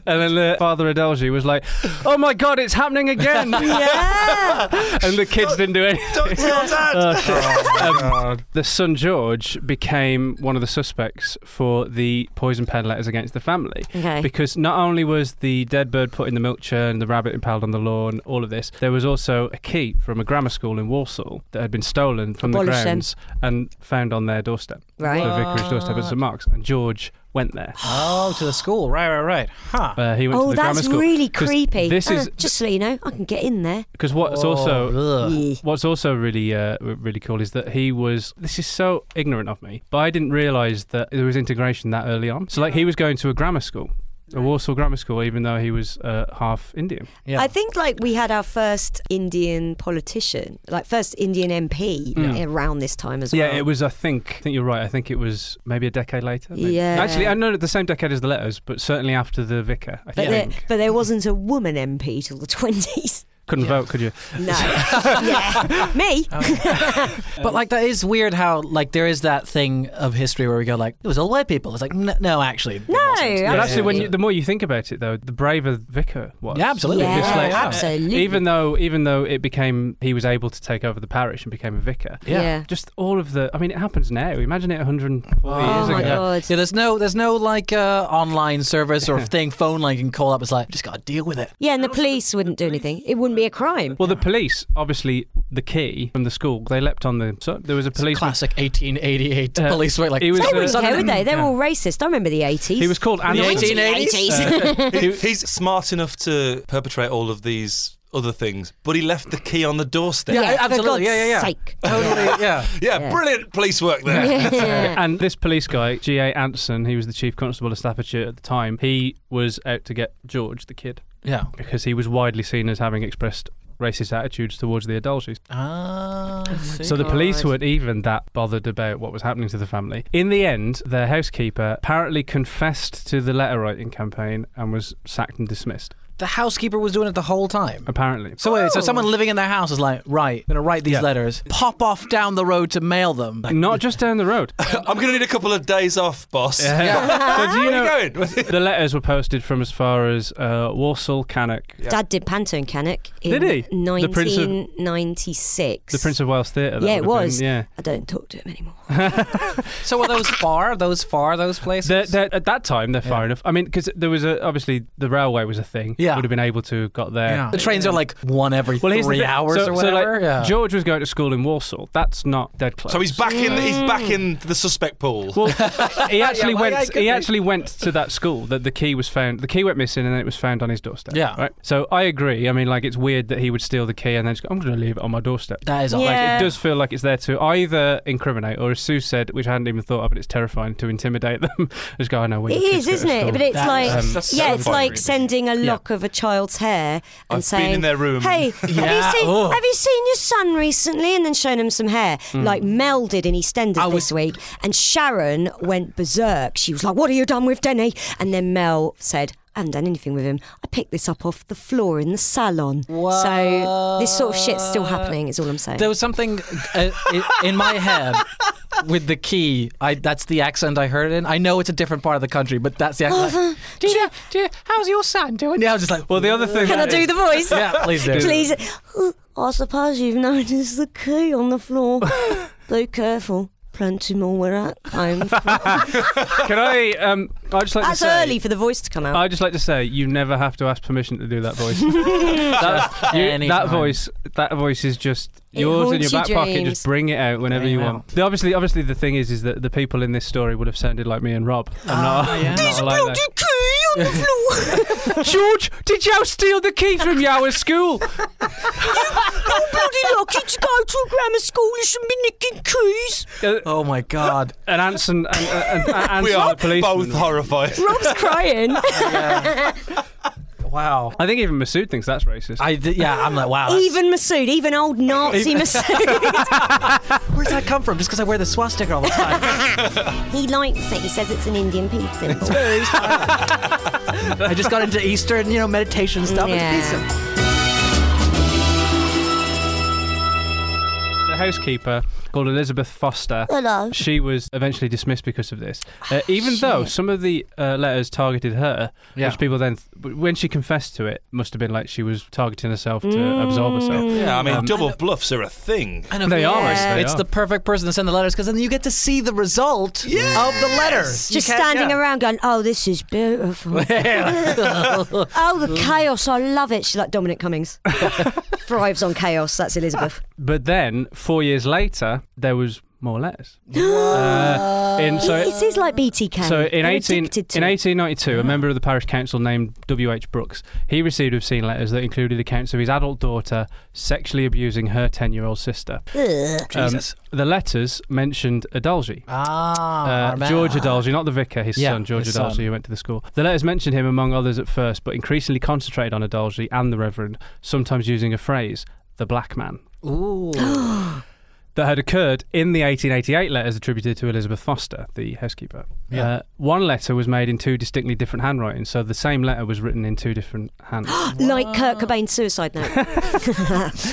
Speaker 2: And then the father Adelji was like, "Oh my god, it's happening again!"
Speaker 3: yeah.
Speaker 2: [laughs] and the kids didn't do anything.
Speaker 4: Don't tell dad.
Speaker 1: [laughs]
Speaker 2: Um, the son George became one of the suspects for the poison pen letters against the family.
Speaker 3: Okay.
Speaker 2: Because not only was the dead bird put in the milk churn, the rabbit impaled on the lawn, all of this, there was also a key from a grammar school in Warsaw that had been stolen from
Speaker 3: Abolish
Speaker 2: the
Speaker 3: them.
Speaker 2: grounds and found on their doorstep.
Speaker 3: Right.
Speaker 2: The vicarage doorstep at St Mark's. And George went
Speaker 3: [gasps]
Speaker 2: there.
Speaker 1: Oh, to the school. Right, right, right. Huh.
Speaker 2: Uh, he went to
Speaker 3: Oh,
Speaker 2: the grammar
Speaker 3: that's
Speaker 2: school.
Speaker 3: really
Speaker 2: 'Cause
Speaker 3: creepy.
Speaker 2: This
Speaker 3: Uh,
Speaker 2: is
Speaker 3: just so you know, I can get in there.
Speaker 2: because what's also
Speaker 1: Ugh.
Speaker 3: Yeah.
Speaker 2: What's also really uh, really cool is that he was. This is so ignorant of me, but I didn't realise that there was integration that early on. So like he was going to a grammar school, a Warsaw grammar school, even though he was uh, half Indian.
Speaker 1: Yeah.
Speaker 3: I think like we had our first Indian politician, like first Indian MP around this time as well.
Speaker 2: Mm. Yeah, it was. I think. I think you're right. I think it was maybe a decade later. maybe.
Speaker 3: Yeah.
Speaker 2: Actually, I know the same decade as the letters, but certainly after the vicar. I
Speaker 3: But, there,
Speaker 2: think.
Speaker 3: but there wasn't a woman MP till the 20s.
Speaker 2: Couldn't vote, could you?
Speaker 3: [laughs]
Speaker 2: [laughs]
Speaker 3: No. yeah. Me?
Speaker 2: Oh,
Speaker 1: But like that is weird how like there is that thing of history where we go like it was all white people. It's like no, no actually it
Speaker 3: No,
Speaker 1: wasn't."
Speaker 3: Yeah,
Speaker 2: But actually,
Speaker 3: yeah,
Speaker 2: when
Speaker 3: yeah.
Speaker 2: you, the more you think about it, though, the braver the vicar was.
Speaker 1: Yeah, absolutely.
Speaker 3: Yeah,
Speaker 2: Just like- oh,
Speaker 3: absolutely.
Speaker 2: Even though, even though it became, he was able to take over the parish and became a vicar.
Speaker 3: Yeah. Yeah.
Speaker 2: Just all of the. I mean, it happens now. Imagine it 140 years
Speaker 3: oh my
Speaker 2: ago.
Speaker 3: God.
Speaker 1: Yeah, there's no there's no like uh, online service or thing phone line you can call up. It's like just gotta deal with it.
Speaker 3: Yeah, and the police wouldn't do anything. It wouldn't be a crime.
Speaker 2: Well, the police obviously the key from the school. They leapt on the. So there was a police.
Speaker 1: Classic 1888
Speaker 2: Uh,
Speaker 1: police were like
Speaker 2: he was,
Speaker 3: They wouldn't
Speaker 2: uh,
Speaker 3: care, would they? They're
Speaker 2: Yeah.
Speaker 3: all racist. I remember the 80s.
Speaker 2: He was called
Speaker 1: the
Speaker 2: Anderson.
Speaker 1: 1880s.
Speaker 2: Uh,
Speaker 4: [laughs] He- he's smart enough to perpetrate all of these other things, but he left the key on the doorstep.
Speaker 1: Yeah,
Speaker 3: for
Speaker 1: absolutely.
Speaker 3: God's
Speaker 1: Yeah, yeah, yeah.
Speaker 3: sake.
Speaker 1: Totally. [laughs] Yeah.
Speaker 4: Yeah,
Speaker 3: Yeah.
Speaker 4: brilliant police work there.
Speaker 3: Yeah.
Speaker 2: And this police guy, G.A. Anson, he was the chief constable of Staffordshire at the time, he was out to get George, the kid,
Speaker 1: Yeah.
Speaker 2: because he was widely seen as having expressed racist attitudes towards the Adulteries.
Speaker 1: Ah. see.
Speaker 2: So the police weren't even that bothered about what was happening to the family. In the end, their housekeeper apparently confessed to the letter writing campaign and was sacked and dismissed.
Speaker 1: the housekeeper was doing it the whole time.
Speaker 2: Apparently.
Speaker 1: So wait, so someone living in their house is like, right, I'm gonna write these
Speaker 2: Oh. Yeah.
Speaker 1: letters, pop off down the road to mail them. Like,
Speaker 2: not just down the
Speaker 1: [laughs]
Speaker 2: road.
Speaker 4: [laughs] I'm going to need a couple of days off,
Speaker 2: [laughs]
Speaker 4: boss.
Speaker 2: so do you
Speaker 4: Where
Speaker 2: know
Speaker 4: are you going?
Speaker 2: the letters were posted from as far as uh, Warsaw, Cannock,
Speaker 3: Dad did Panto and Canuck in
Speaker 2: Did he? The Prince of-
Speaker 3: 1996.
Speaker 2: the Prince of Wales Theatre. that would
Speaker 3: Yeah, it
Speaker 2: have been-
Speaker 3: was.
Speaker 2: yeah.
Speaker 3: I don't talk to him anymore.
Speaker 1: so are those far? Those far? Those places?
Speaker 2: They're, they're, at that time, they're far enough. I mean, because there was a, obviously the railway was a thing.
Speaker 1: Yeah.
Speaker 2: would have been able to have got there.
Speaker 1: Yeah. The trains are like one every
Speaker 2: Well, here's the
Speaker 1: three
Speaker 2: thing.
Speaker 1: hours
Speaker 2: So-
Speaker 1: or
Speaker 2: so, like,
Speaker 1: whatever. yeah.
Speaker 2: George was going to school in Warsaw. That's not dead close.
Speaker 4: So he's back in. He's back in the suspect pool.
Speaker 2: Well,
Speaker 3: [laughs]
Speaker 2: he actually
Speaker 1: well, yeah, it
Speaker 2: went.
Speaker 1: could
Speaker 2: he
Speaker 1: be.
Speaker 2: actually went to that school that the key was found. The key went missing, and then it was found on his doorstep.
Speaker 1: Yeah.
Speaker 2: Right. So I agree. I mean, like it's weird that he would steal the key and then just go, I'm going to leave it on my doorstep.
Speaker 1: that is odd.
Speaker 3: Yeah.
Speaker 2: Like it does feel like it's there to either incriminate or, as Sue said, which I hadn't even thought of, and it's terrifying to intimidate them. [laughs] just go, I know where
Speaker 3: It
Speaker 2: your kids
Speaker 3: is,
Speaker 2: get
Speaker 3: isn't it?
Speaker 2: stolen."
Speaker 3: But it's
Speaker 1: That
Speaker 3: like,
Speaker 4: is- that's
Speaker 3: yeah, it's
Speaker 4: so
Speaker 3: like
Speaker 4: funny.
Speaker 3: sending a lock of a child's hair and
Speaker 4: I've
Speaker 3: saying,
Speaker 4: been in their room. [laughs]
Speaker 3: "Hey,
Speaker 1: Yeah,
Speaker 3: have you seen?
Speaker 1: oh. Hmm.
Speaker 3: Have you seen your son recently?" And then showing him some hair, like Mel did in EastEnders
Speaker 1: I was-
Speaker 3: this week. And Sharon went berserk. She was like, "What have you done with Denny?" And then Mel said. I haven't done anything with him. I picked this up off the floor in the salon. So this sort of shit's still happening. Is all I'm saying.
Speaker 1: There was something uh, i- in my head with the key. I that's the accent I heard it in. I know it's a different part of the country, but that's the accent.
Speaker 3: uh,
Speaker 1: Like, do you, do you, how's your son doing? Yeah, I was just like,
Speaker 2: Well, the other thing.
Speaker 3: Can I do the voice?
Speaker 1: yeah, please do.
Speaker 3: Please. I suppose you've noticed the key on
Speaker 2: [laughs]
Speaker 3: the floor. Be careful. Plenty more where that came from.
Speaker 2: Can I? Um, I just like
Speaker 3: That's
Speaker 2: to say.
Speaker 3: early for the voice to come out.
Speaker 2: I just like to say you never have to ask permission to do that voice.
Speaker 1: Just
Speaker 2: You-
Speaker 1: anytime.
Speaker 2: that voice, that voice is just
Speaker 3: It
Speaker 2: yours in your
Speaker 3: haunts your
Speaker 2: back pocket.
Speaker 3: dreams.
Speaker 2: Just bring it out whenever
Speaker 1: Bring
Speaker 2: you
Speaker 1: it
Speaker 2: want.
Speaker 1: out.
Speaker 2: The, obviously, obviously, the thing is, is that the people in this story would have sounded like me and Rob. I'm not, I'm [laughs] not like that.
Speaker 3: key on the
Speaker 2: [laughs]
Speaker 3: floor. [laughs]
Speaker 2: George, did you steal the key from you at school?
Speaker 3: bloody lucky to go to a grammar school. You shouldn't be nicking keys.
Speaker 1: Oh my god.
Speaker 2: [laughs] And Anson, and, and, and, Anson
Speaker 4: [laughs] we are
Speaker 2: the policeman.
Speaker 4: both horrified.
Speaker 2: [laughs]
Speaker 3: Rob's crying.
Speaker 1: Wow.
Speaker 2: I think even Masood thinks that's racist.
Speaker 1: I d- yeah, I'm like wow. that's-
Speaker 3: [laughs] even Masood, even old Nazi Masood.
Speaker 2: [laughs]
Speaker 3: [laughs]
Speaker 1: Where's that come from? Just because I wear the swastika all the time.
Speaker 3: he likes it. He says it's an Indian peace symbol.
Speaker 1: I just got into Eastern, you know, meditation stuff. It's
Speaker 3: Yeah.
Speaker 1: decent.
Speaker 2: There a housekeeper called Elizabeth Foster.
Speaker 5: Hello.
Speaker 2: She was eventually dismissed because of this, uh, even though some of the uh, letters targeted her,
Speaker 1: Yeah.
Speaker 2: which people then, th- when she confessed to it, must have been like she was targeting herself to absolve herself.
Speaker 4: Yeah, I mean, double bluffs are a thing.
Speaker 1: I know,
Speaker 2: They
Speaker 1: but
Speaker 2: are,
Speaker 1: It's,
Speaker 2: they
Speaker 1: it's
Speaker 2: are.
Speaker 1: the perfect person to send the letters because then you get to see the result of the letter.
Speaker 3: Just standing around going, oh, this is
Speaker 2: [laughs]
Speaker 1: [laughs]
Speaker 3: beautiful. oh, the chaos. I love it. She's like
Speaker 2: [laughs]
Speaker 3: Dominic Cummings. Thrives on chaos. That's Elizabeth.
Speaker 2: But then, four years later, there was more letters. Uh, in, so
Speaker 3: this is like BTK.
Speaker 2: So in,
Speaker 3: They're
Speaker 2: 18, in
Speaker 3: addicted to it. Ah.
Speaker 2: 1892, a member of the parish council named W.H. Brooks, he received obscene letters that included accounts of his adult daughter sexually abusing her 10-year-old sister. Um, the letters mentioned Adalji.
Speaker 1: Ah,
Speaker 2: Uh, George Adalji, not the vicar, his
Speaker 1: Yeah,
Speaker 2: son, George
Speaker 1: his
Speaker 2: Adalji,
Speaker 1: son.
Speaker 2: who went to the school. The letters mentioned him among others at first, but increasingly concentrated on Adalji and the Reverend, sometimes using a phrase, the black man
Speaker 1: Ooh.
Speaker 2: [gasps] that had occurred in the 1888 letters attributed to Elizabeth Foster, the housekeeper.
Speaker 1: Yeah.
Speaker 2: Uh, one letter was made in two distinctly different handwritings, so the same letter was written in two different
Speaker 1: [gasps]
Speaker 2: hands. [gasps]
Speaker 3: Like Kurt Cobain's
Speaker 2: [laughs]
Speaker 3: suicide note, [laughs]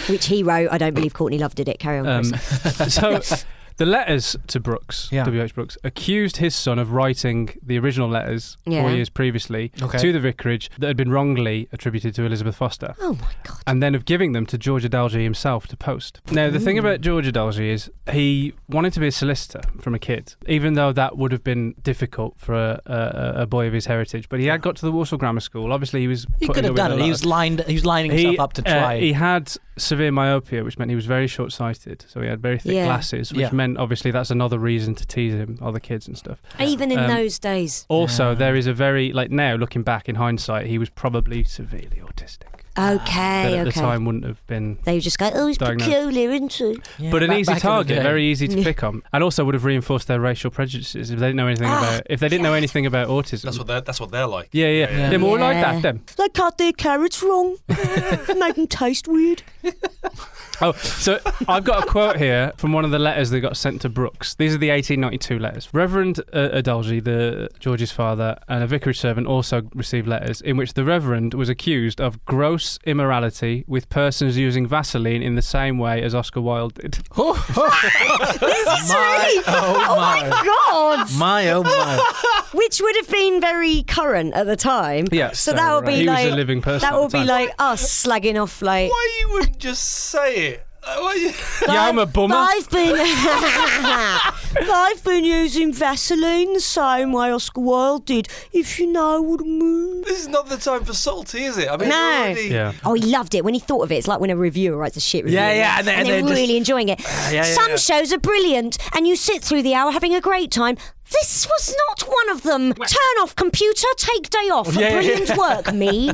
Speaker 3: which he wrote. I don't believe Courtney Love did it. Carry on, Chris.
Speaker 2: Um, [laughs] so the letters to Brooks,
Speaker 1: Yeah.
Speaker 2: W.H. Brooks, accused his son of writing the original letters
Speaker 3: Yeah.
Speaker 2: four years previously
Speaker 1: Okay.
Speaker 2: to the vicarage that had been wrongly attributed to Elizabeth Foster.
Speaker 3: oh my god.
Speaker 2: and then of giving them to George Adalji himself to post. Now, the thing about George Adalji is he wanted to be a solicitor from a kid, even though that would have been difficult for a, a, a boy of his heritage. But he had got to the Warsaw Grammar School. Obviously, he was.
Speaker 1: He
Speaker 2: put
Speaker 1: could
Speaker 2: in
Speaker 1: have
Speaker 2: with a
Speaker 1: done it.
Speaker 2: lot
Speaker 1: He
Speaker 2: of-
Speaker 1: was lined. He was lining himself up to
Speaker 2: uh,
Speaker 1: try.
Speaker 2: he had severe myopia, which meant he was very short sighted. So he had very thick
Speaker 3: Yeah.
Speaker 2: glasses, which
Speaker 1: Yeah.
Speaker 2: meant obviously that's another reason to tease him, other kids and stuff.
Speaker 3: Even in
Speaker 2: Um,
Speaker 3: those days.
Speaker 2: Also,
Speaker 1: Ah.
Speaker 2: there is a very, like now looking back in hindsight, he was probably severely autistic. that
Speaker 3: Okay.
Speaker 2: uh, at the
Speaker 3: okay.
Speaker 2: time wouldn't have been
Speaker 3: they just go, oh, he's
Speaker 2: Diagnosed.
Speaker 3: peculiar, isn't he?
Speaker 1: Yeah,
Speaker 2: but an
Speaker 1: back-
Speaker 2: easy
Speaker 1: back in the
Speaker 2: target,
Speaker 1: day.
Speaker 2: very easy to
Speaker 3: Yeah.
Speaker 2: pick on, and also would have reinforced their racial prejudices if they didn't know anything
Speaker 3: Ah,
Speaker 2: about if they didn't know anything about autism.
Speaker 4: That's what they're, that's what they're like.
Speaker 2: yeah, yeah,
Speaker 1: Yeah.
Speaker 2: They're more like
Speaker 3: Yeah.
Speaker 2: that. Them.
Speaker 3: They cut their carrots
Speaker 2: [laughs]
Speaker 3: wrong. Made them taste weird.
Speaker 2: Oh, so I've got a quote here from one of the letters that got sent to Brooks. These are the 1892 letters. Reverend uh, Adalji, the George's father, and a vicarage servant also received letters in which the Reverend was accused of gross immorality with persons using Vaseline in the same way as Oscar Wilde
Speaker 3: [laughs]
Speaker 2: did.
Speaker 3: this is really.
Speaker 1: Oh,
Speaker 3: [laughs] Oh my god!
Speaker 1: My oh my!
Speaker 3: Which would have been very current at the time.
Speaker 2: Yeah,
Speaker 3: So,
Speaker 2: so
Speaker 3: that would
Speaker 2: right.
Speaker 3: be
Speaker 2: He was
Speaker 3: like
Speaker 2: a living person at
Speaker 3: that
Speaker 2: the
Speaker 3: would be
Speaker 2: time.
Speaker 3: like us slagging off like.
Speaker 4: Why you wouldn't just say it? Uh, Why you... [laughs]
Speaker 2: yeah, I'm a bummer.
Speaker 3: I've been [laughs] I've been using Vaseline the same way Oscar Wilde did, if you know what I mean.
Speaker 4: This is not the time for salty, is it? I mean,
Speaker 3: No.
Speaker 4: we're already-
Speaker 2: Yeah.
Speaker 3: Oh, he loved it when he thought of it. It's like when a reviewer writes a shit review.
Speaker 1: Yeah,
Speaker 3: isn't
Speaker 1: yeah,
Speaker 3: it?
Speaker 1: and then-
Speaker 3: and
Speaker 1: and
Speaker 3: they're
Speaker 1: then just-
Speaker 3: really enjoying it.
Speaker 1: yeah,
Speaker 3: Some
Speaker 1: yeah.
Speaker 3: shows are brilliant, and you sit through the hour having a great time. This was not one of them. Turn off computer, take day off.
Speaker 1: Yeah, yeah,
Speaker 3: brilliant
Speaker 1: yeah.
Speaker 3: work, me.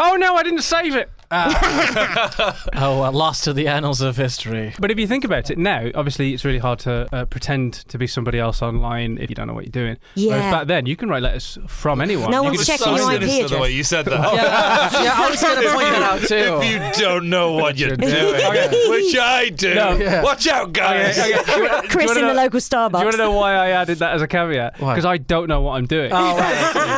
Speaker 2: Oh no, I didn't save it.
Speaker 1: [laughs] Oh, uh, lost to the annals of history.
Speaker 2: But if you think about it now, obviously it's really hard to uh, pretend to be somebody else online if you don't know what you're doing.
Speaker 3: Yeah.
Speaker 2: Whereas back then, you can write letters from anyone.
Speaker 3: No
Speaker 2: You
Speaker 3: one's
Speaker 2: could
Speaker 4: It's
Speaker 2: just
Speaker 3: checking
Speaker 4: so
Speaker 3: your
Speaker 2: sign
Speaker 3: IP
Speaker 4: sinister the
Speaker 3: address.
Speaker 4: way you
Speaker 3: [laughs]
Speaker 4: said that.
Speaker 1: [laughs]
Speaker 4: [laughs]
Speaker 1: yeah, I was going to point that out
Speaker 4: If
Speaker 1: too.
Speaker 4: you don't know what you're doing,
Speaker 2: Okay.
Speaker 4: which I do,
Speaker 2: No. Yeah.
Speaker 4: watch out, guys.
Speaker 2: Okay, okay. Do you wanna- do you
Speaker 3: Chris
Speaker 2: wanna
Speaker 3: in the
Speaker 2: know-
Speaker 3: local
Speaker 2: Do you want
Speaker 3: Starbucks.
Speaker 2: to know why I added that as a caveat?
Speaker 1: Why?
Speaker 2: Because I don't know what I'm doing.
Speaker 1: Oh,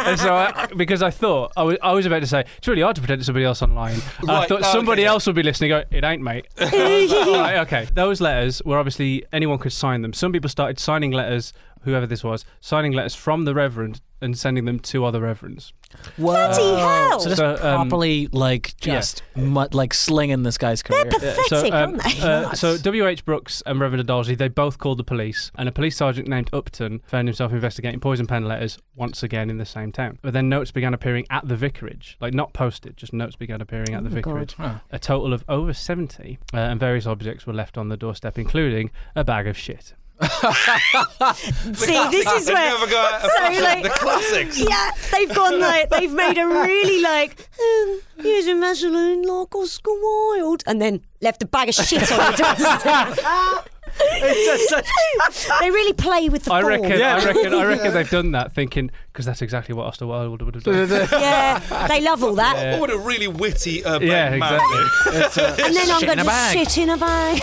Speaker 2: [laughs] and so I, because I thought I was, I was about to say it's really hard to pretend it's somebody else online. And I
Speaker 4: Right,
Speaker 2: thought
Speaker 4: no,
Speaker 2: somebody
Speaker 4: okay.
Speaker 2: else would be listening. Go, it ain't,
Speaker 3: [laughs]
Speaker 2: mate. Right, okay, those letters were obviously anyone could sign them. Some people started signing letters, whoever this was, signing letters from the reverend and sending them to other reverends.
Speaker 3: Bloody hell.
Speaker 1: So just
Speaker 2: So, um,
Speaker 1: properly, like, just mu- like slinging this guy's career.
Speaker 3: Pathetic, aren't they?
Speaker 2: uh, so W.H. Brooks and Reverend Adalji, they both called the police, and a police sergeant named Upton found himself investigating poison pen letters once again in the same town. But then notes began appearing at the vicarage, like not posted, just notes began appearing at the vicarage. A total of over 70, uh, and various objects were left on the doorstep, including a bag of shit.
Speaker 3: [laughs] See, this
Speaker 4: [laughs]
Speaker 3: is
Speaker 4: They
Speaker 3: where.
Speaker 4: never got
Speaker 3: so, like- [laughs]
Speaker 4: the classics.
Speaker 3: Yeah, they've gone like they've made a really like um, here's a Vaseline like Oscar Wilde, and then left a bag of shit on the [laughs] dust. they really play with the
Speaker 2: I
Speaker 3: form.
Speaker 2: reckon, I reckon, I reckon they've done that thinking because that's exactly what Oscar Wilde would have done.
Speaker 3: Yeah, they love all that.
Speaker 4: What a really witty urban
Speaker 2: [laughs] yeah,
Speaker 4: man.
Speaker 2: exactly.
Speaker 3: And then I'm
Speaker 1: Shit in
Speaker 3: going
Speaker 1: a
Speaker 3: to
Speaker 1: bag.
Speaker 3: shit in a bag.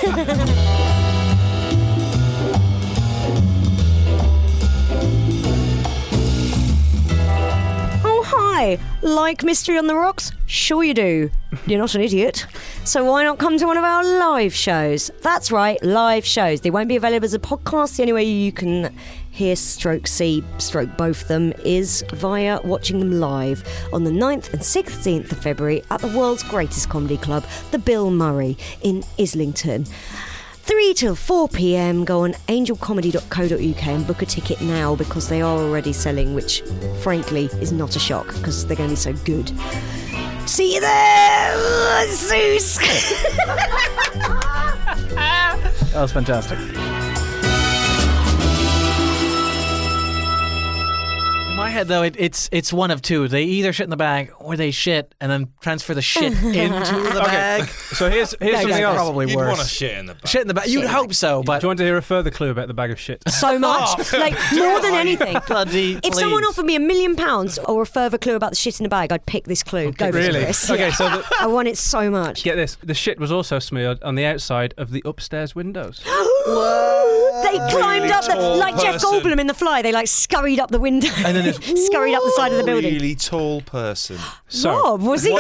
Speaker 3: Oh hi! Like Mystery on the Rocks? Sure you do. You're not an idiot. So why not come to one of our live shows? That's right, live shows. They won't be available as a podcast. The only way you can hear stroke see stroke both them is via watching them live on the 9th and 16th of February at the world's greatest comedy club, the Bill Murray in Islington. 3 till 4 pm, go on angelcomedy.co.uk and book a ticket now because they are already selling, which frankly is not a shock because they're going to be so good. See you there, Zeus. [laughs]
Speaker 1: That was fantastic. In my head, though, it, it's it's one of two. They either shit in the bag or they shit and then transfer the [laughs] shit into the bag.
Speaker 2: So here's
Speaker 1: [laughs]
Speaker 2: here's
Speaker 1: That's
Speaker 2: something else.
Speaker 1: probably
Speaker 4: You'd
Speaker 1: worse.
Speaker 4: want to shit in the back.
Speaker 1: Shit in the bag. You'd hope so,
Speaker 2: Do
Speaker 1: but
Speaker 2: you want to hear a further clue about the bag of shit?
Speaker 3: so much, like
Speaker 1: [laughs]
Speaker 3: more than anything.
Speaker 1: bloody.
Speaker 3: If someone
Speaker 1: please.
Speaker 3: offered me a million pounds or a further clue about the shit in the bag, I'd pick this clue. Go for it,
Speaker 2: really?
Speaker 3: Chris.
Speaker 2: Okay,
Speaker 3: Yeah.
Speaker 2: so the,
Speaker 3: [laughs] I want it so much.
Speaker 2: get this. The shit was also smeared on the outside of the upstairs
Speaker 3: [gasps]
Speaker 2: windows.
Speaker 3: They climbed up, the,
Speaker 4: tall
Speaker 3: like Jeff
Speaker 4: person.
Speaker 3: Goldblum in The Fly. They like scurried up the window, and then [laughs] scurried up the side of the building.
Speaker 4: Really tall
Speaker 3: [laughs]
Speaker 4: person.
Speaker 2: So,
Speaker 3: Rob, was [laughs] he?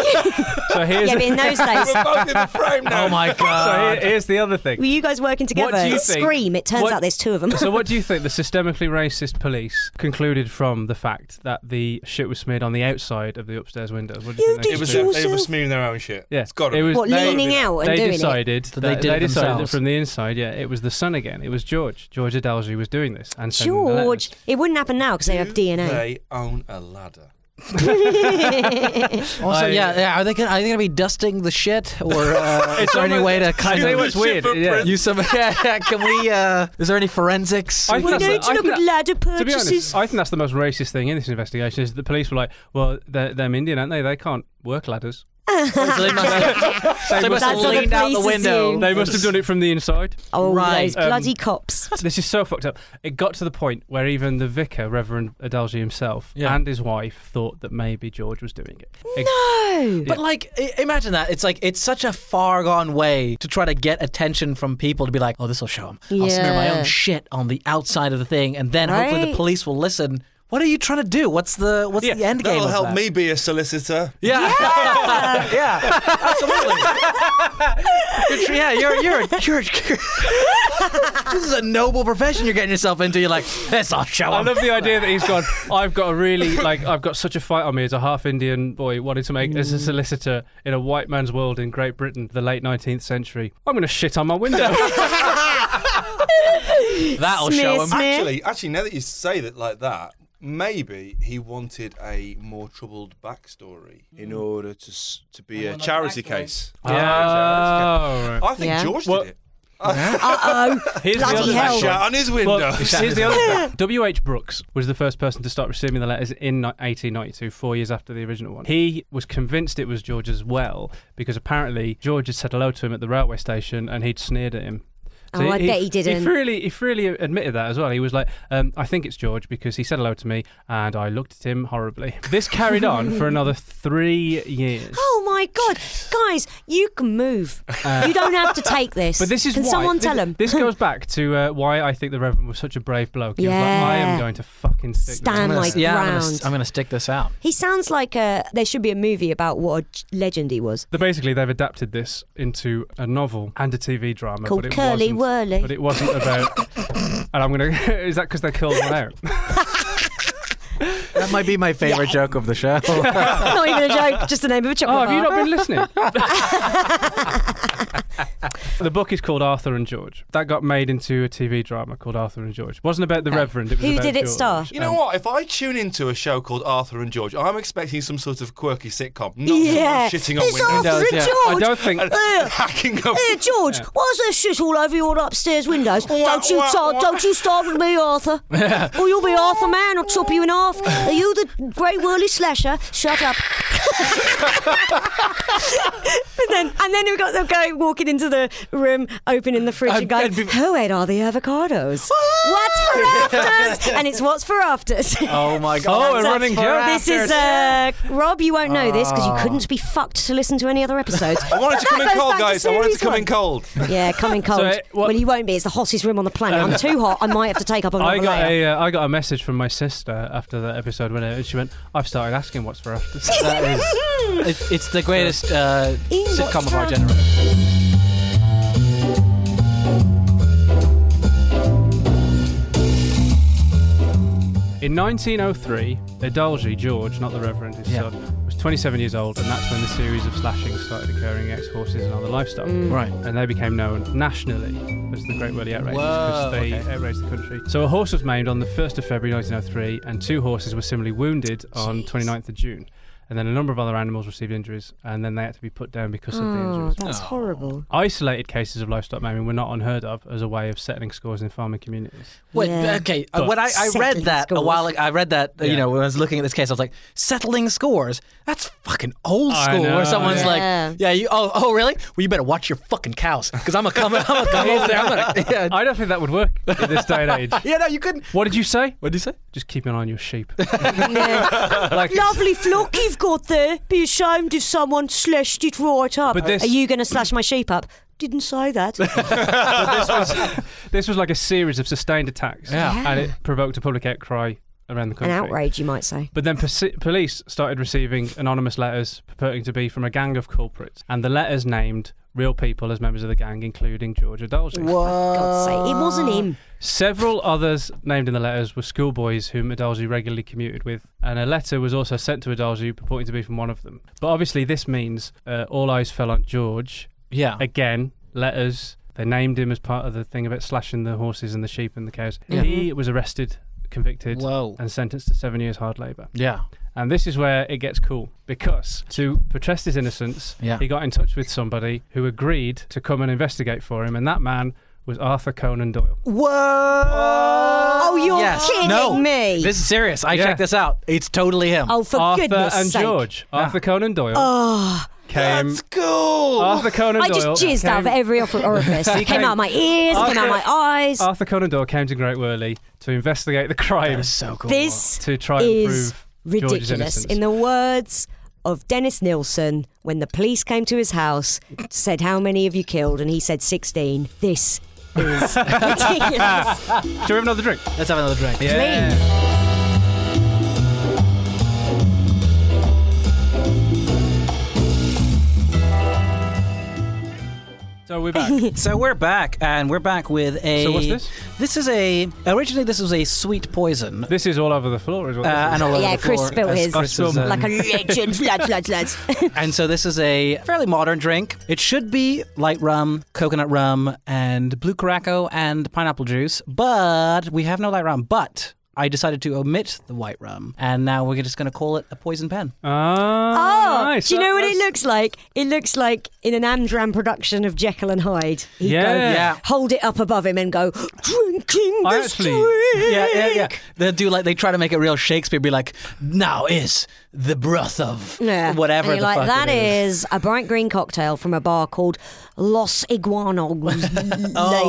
Speaker 2: so here's
Speaker 3: yeah, but in those days,
Speaker 4: We're both in the frame now.
Speaker 1: Oh
Speaker 3: [laughs]
Speaker 1: my
Speaker 2: [laughs] so
Speaker 1: god.
Speaker 2: here- here's the other
Speaker 3: were
Speaker 2: thing.
Speaker 3: you guys working together?
Speaker 2: do you think-
Speaker 3: Scream! It turns
Speaker 2: what-
Speaker 3: out there's two of them. [laughs]
Speaker 2: So what do you think the systemically racist police concluded from the fact that the shit was smeared on the outside of the upstairs windows? What do you,
Speaker 3: You
Speaker 2: think they
Speaker 3: did
Speaker 4: It was
Speaker 2: concluded?
Speaker 3: your-
Speaker 4: they were smearing their own shit.
Speaker 2: Yeah,
Speaker 4: it's got to
Speaker 2: it
Speaker 4: be.
Speaker 2: was-
Speaker 3: What,
Speaker 2: they-
Speaker 3: leaning out and
Speaker 2: they
Speaker 3: doing it?
Speaker 2: decided that
Speaker 1: they
Speaker 2: they,
Speaker 1: did it
Speaker 2: decided that
Speaker 1: themselves.
Speaker 2: from the inside, yeah, it was the son again. It was George. George Adalji was doing this and sending the letters.
Speaker 3: George, it wouldn't happen now because they
Speaker 2: Mm.
Speaker 3: have DNA.
Speaker 4: They own a ladder.
Speaker 1: also,
Speaker 2: I-
Speaker 1: yeah, yeah. Are they gonna, are they gonna be dusting the shit, or uh, is there any way to kind
Speaker 2: Tell you
Speaker 1: of
Speaker 2: what's weird, yeah.
Speaker 1: use some? [laughs] Yeah, yeah, can we? Uh, is there any forensics?
Speaker 2: I
Speaker 1: we
Speaker 2: think
Speaker 3: We're
Speaker 1: can-
Speaker 2: that's
Speaker 3: going
Speaker 2: the- I
Speaker 3: to look
Speaker 2: think
Speaker 3: at
Speaker 2: that-
Speaker 3: ladder
Speaker 2: To be
Speaker 3: purchases.
Speaker 2: honest, I think that's the most racist thing in this investigation is the police were like, well, they're, they're Indian, aren't they? They can't work ladders.
Speaker 1: so they must, they must have
Speaker 3: That's what the
Speaker 1: leaned out the
Speaker 3: police
Speaker 1: window.
Speaker 3: assume.
Speaker 2: They must have done it from the inside.
Speaker 3: Oh,
Speaker 1: Right,
Speaker 3: those
Speaker 2: um,
Speaker 3: bloody cops.
Speaker 2: This is so fucked up. It got to the point where even the vicar, Reverend Adalji himself,
Speaker 1: Yeah.
Speaker 2: and his wife thought that maybe George was doing it. It-
Speaker 3: No.
Speaker 1: But like, i- imagine that. It's like it's such a far gone way to try to get attention from people to be like, "Oh, this will show them. I'll smear my
Speaker 3: Yeah.
Speaker 1: own shit on the outside of the thing, and then hopefully
Speaker 3: Right.
Speaker 1: the police will listen." What are you trying to do? What's the what's the end game?
Speaker 4: That'll
Speaker 1: of
Speaker 4: help
Speaker 1: that?
Speaker 4: me be a solicitor.
Speaker 1: Yeah, [laughs] yeah, absolutely. Good for- yeah, you're you're you're. [laughs] this is a noble profession you're getting yourself into. You're like, this I'll show
Speaker 2: I
Speaker 1: them.
Speaker 2: love the idea that he's gone. I've got a really like I've got such a fight on me as a half Indian boy wanting to make as a solicitor in a white man's world in Great Britain, the late nineteenth century. I'm gonna shit on my window.
Speaker 1: That'll
Speaker 3: Smear,
Speaker 1: show them.
Speaker 3: smear.
Speaker 4: Actually, actually, now that you say that like that, maybe he wanted a more troubled backstory in order to s- to be a charity case.
Speaker 2: yeah.
Speaker 4: I think
Speaker 3: Yeah.
Speaker 4: George
Speaker 2: Well,
Speaker 4: did it.
Speaker 2: Here's the
Speaker 3: Bloody
Speaker 2: other
Speaker 3: hell.
Speaker 2: thing.
Speaker 4: Shut on his window.
Speaker 2: Well, here's
Speaker 3: [laughs]
Speaker 2: the other thing. W.H. Brooks was the first person to start receiving the letters in ni- 1892, four years after the original one. He was convinced it was George as well, because apparently George had said hello to him at the railway station and he'd sneered at him.
Speaker 3: Oh, I bet he didn't.
Speaker 2: He freely, he freely admitted that as well. He was like, um, I think it's George because he said hello to me and I looked at him horribly. This carried on for another three years.
Speaker 3: Oh my God, guys, you can move. you don't have to take this.
Speaker 2: Uh, But this is
Speaker 3: can
Speaker 2: why.
Speaker 3: someone
Speaker 2: this,
Speaker 3: tell him?
Speaker 2: This
Speaker 3: [laughs]
Speaker 2: goes back to uh, why I think the Reverend was such a brave bloke. He was
Speaker 3: Yeah.
Speaker 2: like, I am going to fucking stick this
Speaker 3: Stand my
Speaker 1: yeah, I'm gonna,
Speaker 3: ground.
Speaker 1: st- I'm gonna stick this out.
Speaker 3: he sounds like a. There should be a movie about what a j- legend
Speaker 2: [laughs]
Speaker 3: he was.
Speaker 2: They basically they've adapted this into a novel and a TV drama
Speaker 3: Called
Speaker 2: but it
Speaker 3: Curly
Speaker 2: wasn't,
Speaker 3: Whirly.
Speaker 2: But it wasn't
Speaker 3: [laughs]
Speaker 2: about. and I'm gonna. [laughs] Is that because they killed one out?
Speaker 1: That might be my favorite joke of the show.
Speaker 3: not even a joke. Just the name of a chocolate
Speaker 2: Oh, have you
Speaker 3: bar.
Speaker 2: not been
Speaker 3: [laughs]
Speaker 2: listening? [laughs] the book is called Arthur and George. That got made into a TV drama called Arthur and George. It wasn't about the Reverend. It was
Speaker 3: Who
Speaker 2: about
Speaker 3: did it
Speaker 2: George.
Speaker 3: star?
Speaker 4: [laughs] you know
Speaker 2: Um,
Speaker 4: what? If I tune into a show called Arthur and George, I'm expecting some sort of quirky sitcom, not someone
Speaker 3: Yeah.
Speaker 4: shitting on
Speaker 3: It's
Speaker 4: windows,
Speaker 3: Arthur
Speaker 2: yeah.
Speaker 3: and George.
Speaker 2: I don't
Speaker 4: [laughs]
Speaker 2: think.
Speaker 3: [laughs] Uh,
Speaker 4: hacking up.
Speaker 3: uh, George, why's there shit all over your upstairs windows? Don't you
Speaker 4: wah,
Speaker 3: start!
Speaker 4: wah.
Speaker 3: Don't you start with me, Arthur. or you'll be Arthur Man. I'll chop you in half. Are you the Grey Whirly Slasher? Shut up. [laughs] and then, and then we got the guy walking into the room, opening the fridge,
Speaker 1: and
Speaker 3: and
Speaker 1: going,
Speaker 3: going, "Who ate all the avocados? What's for afters, and it's what's for afters.
Speaker 1: Oh my god!
Speaker 2: Oh, a running
Speaker 1: for
Speaker 2: joke.
Speaker 3: This is uh, Rob. You won't know this because you couldn't be fucked to listen to any other episodes.
Speaker 4: I wanted to come in
Speaker 3: That goes
Speaker 4: cold,
Speaker 3: back to
Speaker 4: guys. I wanted to
Speaker 3: series
Speaker 4: come
Speaker 3: one.
Speaker 4: in cold.
Speaker 3: Yeah, coming cold.
Speaker 2: it- what-
Speaker 3: well, you won't be. It's the hottest room on the planet. I'm too hot. I might have to take up another
Speaker 2: I got
Speaker 3: layer.
Speaker 2: a uh, I got a message from my sister after that episode when it, she went, I've started asking what's for after.
Speaker 3: [laughs]
Speaker 1: That is, it, it's the greatest uh,
Speaker 3: Ian, what's
Speaker 1: sitcom of our
Speaker 3: that?
Speaker 1: generation.
Speaker 2: In 1903, Adalji George, not the Reverend, his
Speaker 1: Yeah.
Speaker 2: son, was 27 years old, and that's when the series of slashing started occurring against horses and other livestock.
Speaker 1: Right.
Speaker 2: And they became known nationally as the Great Whirly Outrages because
Speaker 1: Whoa,
Speaker 2: they
Speaker 1: okay.
Speaker 2: outraged the country. So a horse was maimed on the 1st of February 1903, and two horses were similarly wounded on 29th of June. And then a number of other animals received injuries, and then they had to be put down because of the
Speaker 3: Oh,
Speaker 1: Mm.
Speaker 2: injuries.
Speaker 3: that's horrible.
Speaker 2: Isolated cases of livestock maiming were not unheard of as a way of settling scores in farming communities.
Speaker 1: Wait,
Speaker 3: Yeah.
Speaker 1: okay.
Speaker 2: But-
Speaker 1: uh, when I, I
Speaker 3: Settling
Speaker 1: read that a
Speaker 3: scores.
Speaker 1: while ago, I read that, uh, you
Speaker 2: Yeah.
Speaker 1: know, when I was looking at this case, I was like, settling scores? That's fucking old
Speaker 2: I
Speaker 1: school.
Speaker 2: know,
Speaker 1: where someone's
Speaker 2: yeah.
Speaker 3: Yeah.
Speaker 1: like, yeah, you, oh, oh, really? Well, you better watch your fucking cows because I'm going to come, I'm gonna
Speaker 2: [laughs]
Speaker 1: come over there. I'm gonna, yeah.
Speaker 2: I don't think that would work in this day
Speaker 1: [laughs]
Speaker 2: and age.
Speaker 1: yeah, no, you couldn't.
Speaker 2: What did you say?
Speaker 1: What did you say?
Speaker 2: Just keep an eye on
Speaker 1: [laughs]
Speaker 2: your sheep.
Speaker 3: Yeah. Lovely flock you've got there. Be ashamed if someone slashed it right up.
Speaker 2: But this-
Speaker 3: Are you going to slash my sheep up? Didn't say that.
Speaker 2: this was like a series of sustained attacks,
Speaker 1: Yeah.
Speaker 2: and it provoked a public outcry around the
Speaker 3: An
Speaker 2: country.
Speaker 3: outrage, you might say.
Speaker 2: But then persi- police started receiving anonymous letters purporting to be from a gang of culprits, and the letters named real people as members of the gang, including George Adolji.
Speaker 3: God's sake. It wasn't him.
Speaker 2: Several others named in the letters were schoolboys whom Adalji regularly commuted with, and a letter was also sent to Adalji purporting to be from one of them. But obviously, this means uh, all eyes fell on George.
Speaker 1: Yeah.
Speaker 2: Again, letters. They named him as part of the thing about slashing the horses and the sheep and the cows. He was arrested, convicted,
Speaker 1: Whoa.
Speaker 2: and sentenced to seven years hard labour.
Speaker 1: Yeah.
Speaker 2: And this is where it gets cool because to protest his innocence,
Speaker 1: Yeah.
Speaker 2: he got in touch with somebody who agreed to come and investigate for him, and that man was Arthur Conan Doyle.
Speaker 1: Whoa. Oh,
Speaker 3: you're kidding
Speaker 1: no.
Speaker 3: me.
Speaker 1: This is serious. I
Speaker 2: Yeah.
Speaker 1: checked this out. It's totally him.
Speaker 3: Oh, for
Speaker 2: Arthur
Speaker 3: goodness
Speaker 2: and
Speaker 3: sake. Ah.
Speaker 2: George. Arthur Conan Doyle came.
Speaker 4: That's
Speaker 1: Oh,
Speaker 4: cool.
Speaker 2: Arthur Conan
Speaker 3: I
Speaker 2: Doyle.
Speaker 3: just jizzed out of
Speaker 2: came-
Speaker 3: every or-
Speaker 2: [laughs]
Speaker 3: orifice. it came out of my ears, came out of my eyes.
Speaker 2: Arthur Conan Doyle came to Great Whirley to investigate the crime
Speaker 1: That's so cool.
Speaker 3: this
Speaker 2: to try and
Speaker 3: is
Speaker 2: prove George's
Speaker 3: ridiculous.
Speaker 2: innocence.
Speaker 3: In the words of Dennis Nilsson, when the police came to his house, said, How many have you killed? And he said, 16. This
Speaker 2: [laughs]
Speaker 3: is ridiculous.
Speaker 2: Do you have another drink?
Speaker 1: Let's have another drink. Yeah.
Speaker 3: Please.
Speaker 2: So we're
Speaker 3: [laughs]
Speaker 2: back.
Speaker 1: So we're back, and we're back with a.
Speaker 2: So what's this?
Speaker 1: This is a. Originally, this was a sweet poison.
Speaker 2: this is all over the floor as well.
Speaker 1: Uh, and all over
Speaker 3: Yeah,
Speaker 1: the floor
Speaker 3: Chris spilled
Speaker 1: as
Speaker 3: his.
Speaker 1: Chris was,
Speaker 2: Spilled
Speaker 1: um,
Speaker 3: Like a legend. lads, lads, lads.
Speaker 2: [laughs]
Speaker 1: and so this is a fairly modern drink. It should be light rum, coconut rum, and blue caraco and pineapple juice, but we have no light rum. But I decided to omit the white rum, and now we're just going to call it a poison pen.
Speaker 2: Ah,
Speaker 3: Oh,
Speaker 2: nice.
Speaker 3: do you know what
Speaker 2: That's-
Speaker 3: it looks like? It looks like in an Amdram production of Jekyll and Hyde. He'd go,
Speaker 2: Yeah.
Speaker 1: Yeah.
Speaker 3: hold it up above him and go, drinking
Speaker 2: I
Speaker 3: this
Speaker 2: actually-
Speaker 3: drink.
Speaker 1: [laughs] Yeah, yeah, yeah. They do like they try to make it real Shakespeare. Be like, now is the breath of
Speaker 3: Yeah.
Speaker 1: whatever
Speaker 3: And
Speaker 1: the
Speaker 3: you're
Speaker 1: fuck
Speaker 3: like, that
Speaker 1: it is.
Speaker 3: is a bright green cocktail from a bar called Los Iguanos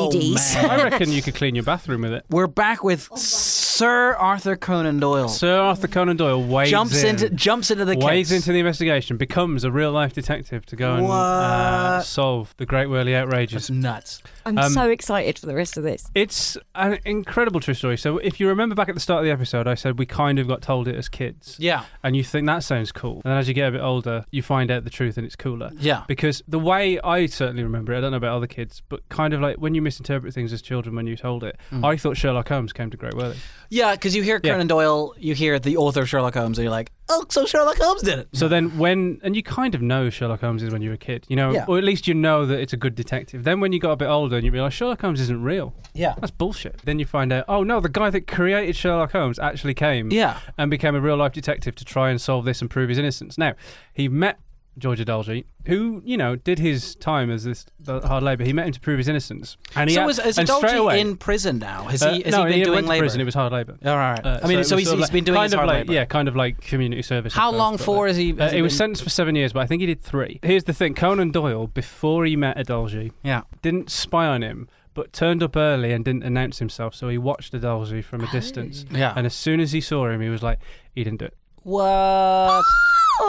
Speaker 3: [laughs] Ladies.
Speaker 1: Oh, man.
Speaker 2: I reckon you could clean your bathroom with it.
Speaker 1: We're back with Sir Arthur Conan Doyle.
Speaker 2: Sir Arthur Conan Doyle wades
Speaker 1: jumps
Speaker 2: in,
Speaker 1: into jumps into the
Speaker 2: wades
Speaker 1: case.
Speaker 2: into the investigation, becomes a real life detective to go and uh,
Speaker 1: What?
Speaker 2: solve the Great Whirly Outrages.
Speaker 1: It's nuts.
Speaker 3: I'm so excited for the rest of this.
Speaker 2: It's an incredible true story. So if you remember back at the start of the episode, I said we kind of got told it as kids.
Speaker 1: Yeah.
Speaker 2: And you think that sounds cool. And then as you get a bit older, you find out the truth and it's cooler.
Speaker 1: Yeah.
Speaker 2: Because the way I certainly remember it, I don't know about other kids, but kind of like when you misinterpret things as children when you told it.
Speaker 1: Mm.
Speaker 2: I thought Sherlock Holmes came to Great Whirley.
Speaker 1: Yeah, because you hear
Speaker 2: Yeah.
Speaker 1: Conan Doyle, you hear the author of Sherlock Holmes, and you're like, oh, so Sherlock Holmes did it.
Speaker 2: So then when and you kind of know Sherlock Holmes is when you're a kid, you know,
Speaker 1: Yeah.
Speaker 2: or at least you know that it's a good detective. Then when you got a bit older and you realise Sherlock Holmes isn't real.
Speaker 1: Yeah.
Speaker 2: That's bullshit. Then you find out, oh no, the guy that created Sherlock Holmes actually came
Speaker 1: Yeah.
Speaker 2: and became a real life detective to try and solve this and prove his innocence. Now, he met George Adalji, who, you know, did his time as this the hard labour. He met him to prove his innocence. And he
Speaker 1: so
Speaker 2: a-
Speaker 1: is, is
Speaker 2: and straight
Speaker 1: Dolce
Speaker 2: away,
Speaker 1: in prison now? Has
Speaker 2: uh,
Speaker 1: he, has
Speaker 2: no,
Speaker 1: he been
Speaker 2: he
Speaker 1: doing
Speaker 2: went to
Speaker 1: labor?
Speaker 2: prison. It was hard labour.
Speaker 1: All right.
Speaker 2: Uh,
Speaker 1: I mean, so,
Speaker 2: it was
Speaker 1: he's,
Speaker 2: sort of
Speaker 1: he's
Speaker 2: like-
Speaker 1: been doing
Speaker 2: kind
Speaker 1: his
Speaker 2: of
Speaker 1: hard
Speaker 2: like,
Speaker 1: labor.
Speaker 2: Yeah, kind of like community service.
Speaker 1: How
Speaker 2: at first,
Speaker 1: long
Speaker 2: but,
Speaker 1: for
Speaker 2: like-
Speaker 1: has he-
Speaker 2: Uh,
Speaker 1: has he
Speaker 2: he was
Speaker 1: been-
Speaker 2: sentenced for seven years, but I think he did three. Here's the thing: Conan Doyle, before he met Adalji,
Speaker 1: Yeah.
Speaker 2: didn't spy on him, but turned up early and didn't announce himself. So he watched Adolzy from a distance.
Speaker 1: Yeah.
Speaker 2: And as soon as he saw him, he was like, he didn't do it.
Speaker 1: What?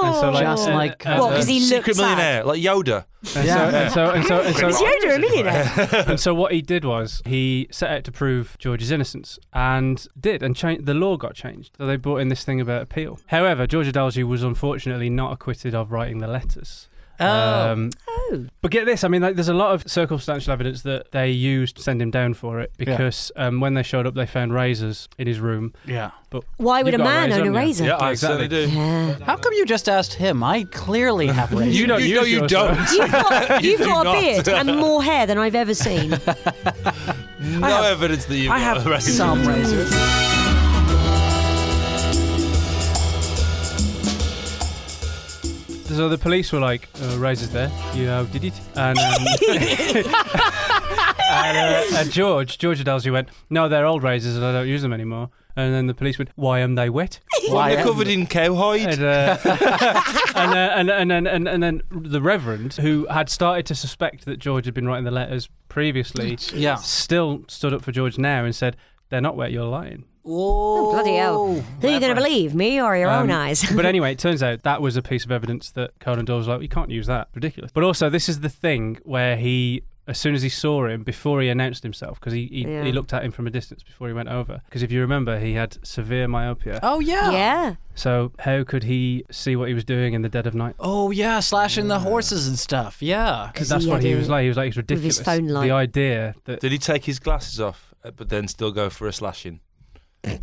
Speaker 2: And
Speaker 3: Oh,
Speaker 2: so, like,
Speaker 1: Oh, Just
Speaker 2: and-
Speaker 1: like,
Speaker 2: and-
Speaker 3: What,
Speaker 2: and-
Speaker 3: 'cause he
Speaker 4: Secret
Speaker 3: looked sad?
Speaker 4: millionaire, like Yoda.
Speaker 2: and so-
Speaker 1: Yeah.
Speaker 2: and so and so
Speaker 1: [laughs]
Speaker 2: and so
Speaker 3: Is Yoda a millionaire?
Speaker 2: [laughs] and so what he did was he set out to prove George's innocence and did, and cha- the law got changed. So they brought in this thing about appeal. However, George Adalji was unfortunately not acquitted of writing the letters. Um,
Speaker 1: Oh.
Speaker 3: Oh.
Speaker 2: But get this, I mean, like, there's a lot of circumstantial evidence that they used to send him down for it because um, when they showed up, they found razors in his room.
Speaker 1: Yeah.
Speaker 2: But
Speaker 3: Why would
Speaker 2: you
Speaker 3: a
Speaker 2: got
Speaker 3: man
Speaker 2: razor,
Speaker 3: own a
Speaker 2: haven't you?
Speaker 3: razor?
Speaker 4: Yeah, I
Speaker 2: Exactly.
Speaker 4: certainly do.
Speaker 3: Yeah.
Speaker 1: How come you just asked him? I clearly
Speaker 2: [laughs]
Speaker 1: have raised
Speaker 2: You don't
Speaker 4: You-
Speaker 2: use
Speaker 4: no, you
Speaker 2: yours,
Speaker 4: don't.
Speaker 2: though.
Speaker 3: [laughs] You've got, you've
Speaker 4: do
Speaker 3: got a
Speaker 4: not.
Speaker 3: beard and more hair than I've ever seen.
Speaker 4: [laughs] No evidence that you've
Speaker 1: I
Speaker 4: got a
Speaker 1: have
Speaker 4: razor.
Speaker 1: some
Speaker 2: [laughs]
Speaker 1: razors.
Speaker 2: So the police were like, uh, "Razors there, you know, did it?" And, um, and, uh, and George, George Adelsey went, "No, they're old razors, and I don't use them anymore." And then the police went, "Why am they wet?"
Speaker 1: Why [laughs]
Speaker 4: Why they're
Speaker 1: am-
Speaker 4: covered in cowhide.
Speaker 2: And, uh, [laughs] and, uh, and, and, and, and, and then the Reverend, who had started to suspect that George had been writing the letters previously,
Speaker 1: Yeah.
Speaker 2: still stood up for George now and said, "They're not wet. You're lying."
Speaker 1: Whoa.
Speaker 3: Bloody hell. Who are you going to believe, me or your own
Speaker 2: Um,
Speaker 3: eyes? [laughs]
Speaker 2: but anyway, it turns out that was a piece of evidence that Conan Doyle was like, you can't use that. Ridiculous. But also, this is the thing where he, as soon as he saw him, before he announced himself, because he, he,
Speaker 3: Yeah.
Speaker 2: he looked at him from a distance before he went over. Because if you remember, he had severe myopia.
Speaker 1: Oh, yeah.
Speaker 3: yeah.
Speaker 2: So how could he see what he was doing in the dead of night?
Speaker 1: Oh, yeah. Slashing the horses and stuff. Yeah.
Speaker 3: 'Cause
Speaker 2: That's
Speaker 3: he
Speaker 2: what
Speaker 3: had
Speaker 2: he
Speaker 3: a-
Speaker 2: was like. He was like, it's
Speaker 3: his
Speaker 2: ridiculous.
Speaker 3: phone light.
Speaker 2: The idea that
Speaker 4: Did he take his glasses off, uh, but then still go for a slashing?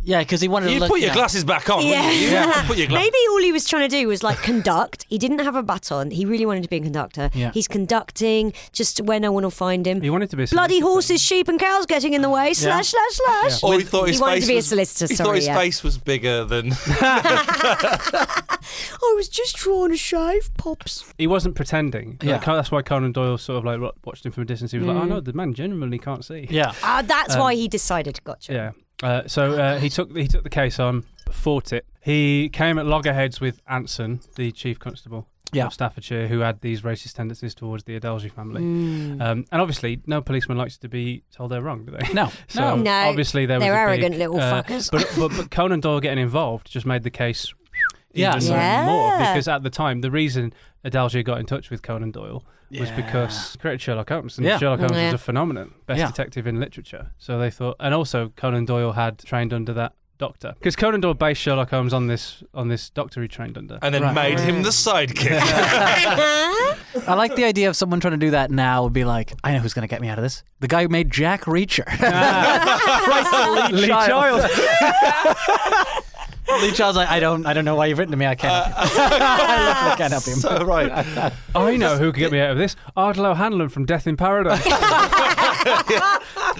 Speaker 1: Yeah, because he wanted to
Speaker 4: You
Speaker 1: look.
Speaker 4: put your
Speaker 1: yeah.
Speaker 4: glasses back on.
Speaker 3: Yeah.
Speaker 4: wouldn't you? You have to put your glasses.
Speaker 3: Maybe all he was trying to do was [laughs] like conduct. He didn't have a baton. He really wanted to be a conductor.
Speaker 1: Yeah.
Speaker 3: He's conducting just to where no one will find him.
Speaker 2: he wanted to be a
Speaker 3: Bloody
Speaker 2: solicitor.
Speaker 3: horses, sheep, and cows getting in the way. Slash, slash, slash.
Speaker 4: Or Oh, he thought his
Speaker 3: he wanted
Speaker 4: face
Speaker 3: to be a
Speaker 4: was-
Speaker 3: solicitor.
Speaker 4: He thought
Speaker 3: sorry,
Speaker 4: his
Speaker 3: yeah.
Speaker 4: face was bigger than. [laughs]
Speaker 3: I was just trying to shave pops.
Speaker 2: He wasn't pretending.
Speaker 1: Yeah.
Speaker 2: Like, that's why Conan Doyle sort of like ro- watched him from a distance. He was
Speaker 3: Hmm.
Speaker 2: like, oh no, the man genuinely can't see.
Speaker 1: Yeah.
Speaker 3: Ah, that's why he decided. Gotcha.
Speaker 2: Yeah. Uh, so uh, he took he took the case on, fought it. He came at loggerheads with Anson, the chief constable
Speaker 1: Yeah.
Speaker 2: of Staffordshire, who had these racist tendencies towards the Adelgi family.
Speaker 3: Hmm.
Speaker 2: Um, and obviously, no policeman likes to be told they're wrong, do they?
Speaker 1: No.
Speaker 2: [laughs] So
Speaker 3: No.
Speaker 2: obviously there was
Speaker 3: They're
Speaker 2: a big,
Speaker 3: arrogant little
Speaker 2: uh,
Speaker 3: fuckers.
Speaker 2: But, but, but Conan Doyle getting involved just made the case
Speaker 1: Yeah.
Speaker 2: even
Speaker 3: [laughs] Yeah.
Speaker 2: more because at the time the reason Adalgia got in touch with Conan Doyle was because he created Sherlock Holmes and
Speaker 1: Yeah.
Speaker 2: Sherlock Holmes
Speaker 3: Yeah.
Speaker 2: was a phenomenon, best
Speaker 1: Yeah.
Speaker 2: detective in literature. So they thought, and also Conan Doyle had trained under that doctor because Conan Doyle based Sherlock Holmes on this on this doctor he trained under.
Speaker 4: and then
Speaker 1: Right.
Speaker 4: made him the [laughs] sidekick.
Speaker 1: I like the idea of someone trying to do that now would be like, I know who's going to get me out of this. The guy who made Jack
Speaker 4: [laughs]
Speaker 1: Reacher. Right, Lee, Child. [laughs] Lee Child's like, I don't, I don't know why you've written to me. I can't. help you." [laughs] I literally can't help him.
Speaker 4: so, right.
Speaker 2: I know who could get me out of this. Ardlo Hanlon from Death in Paradise.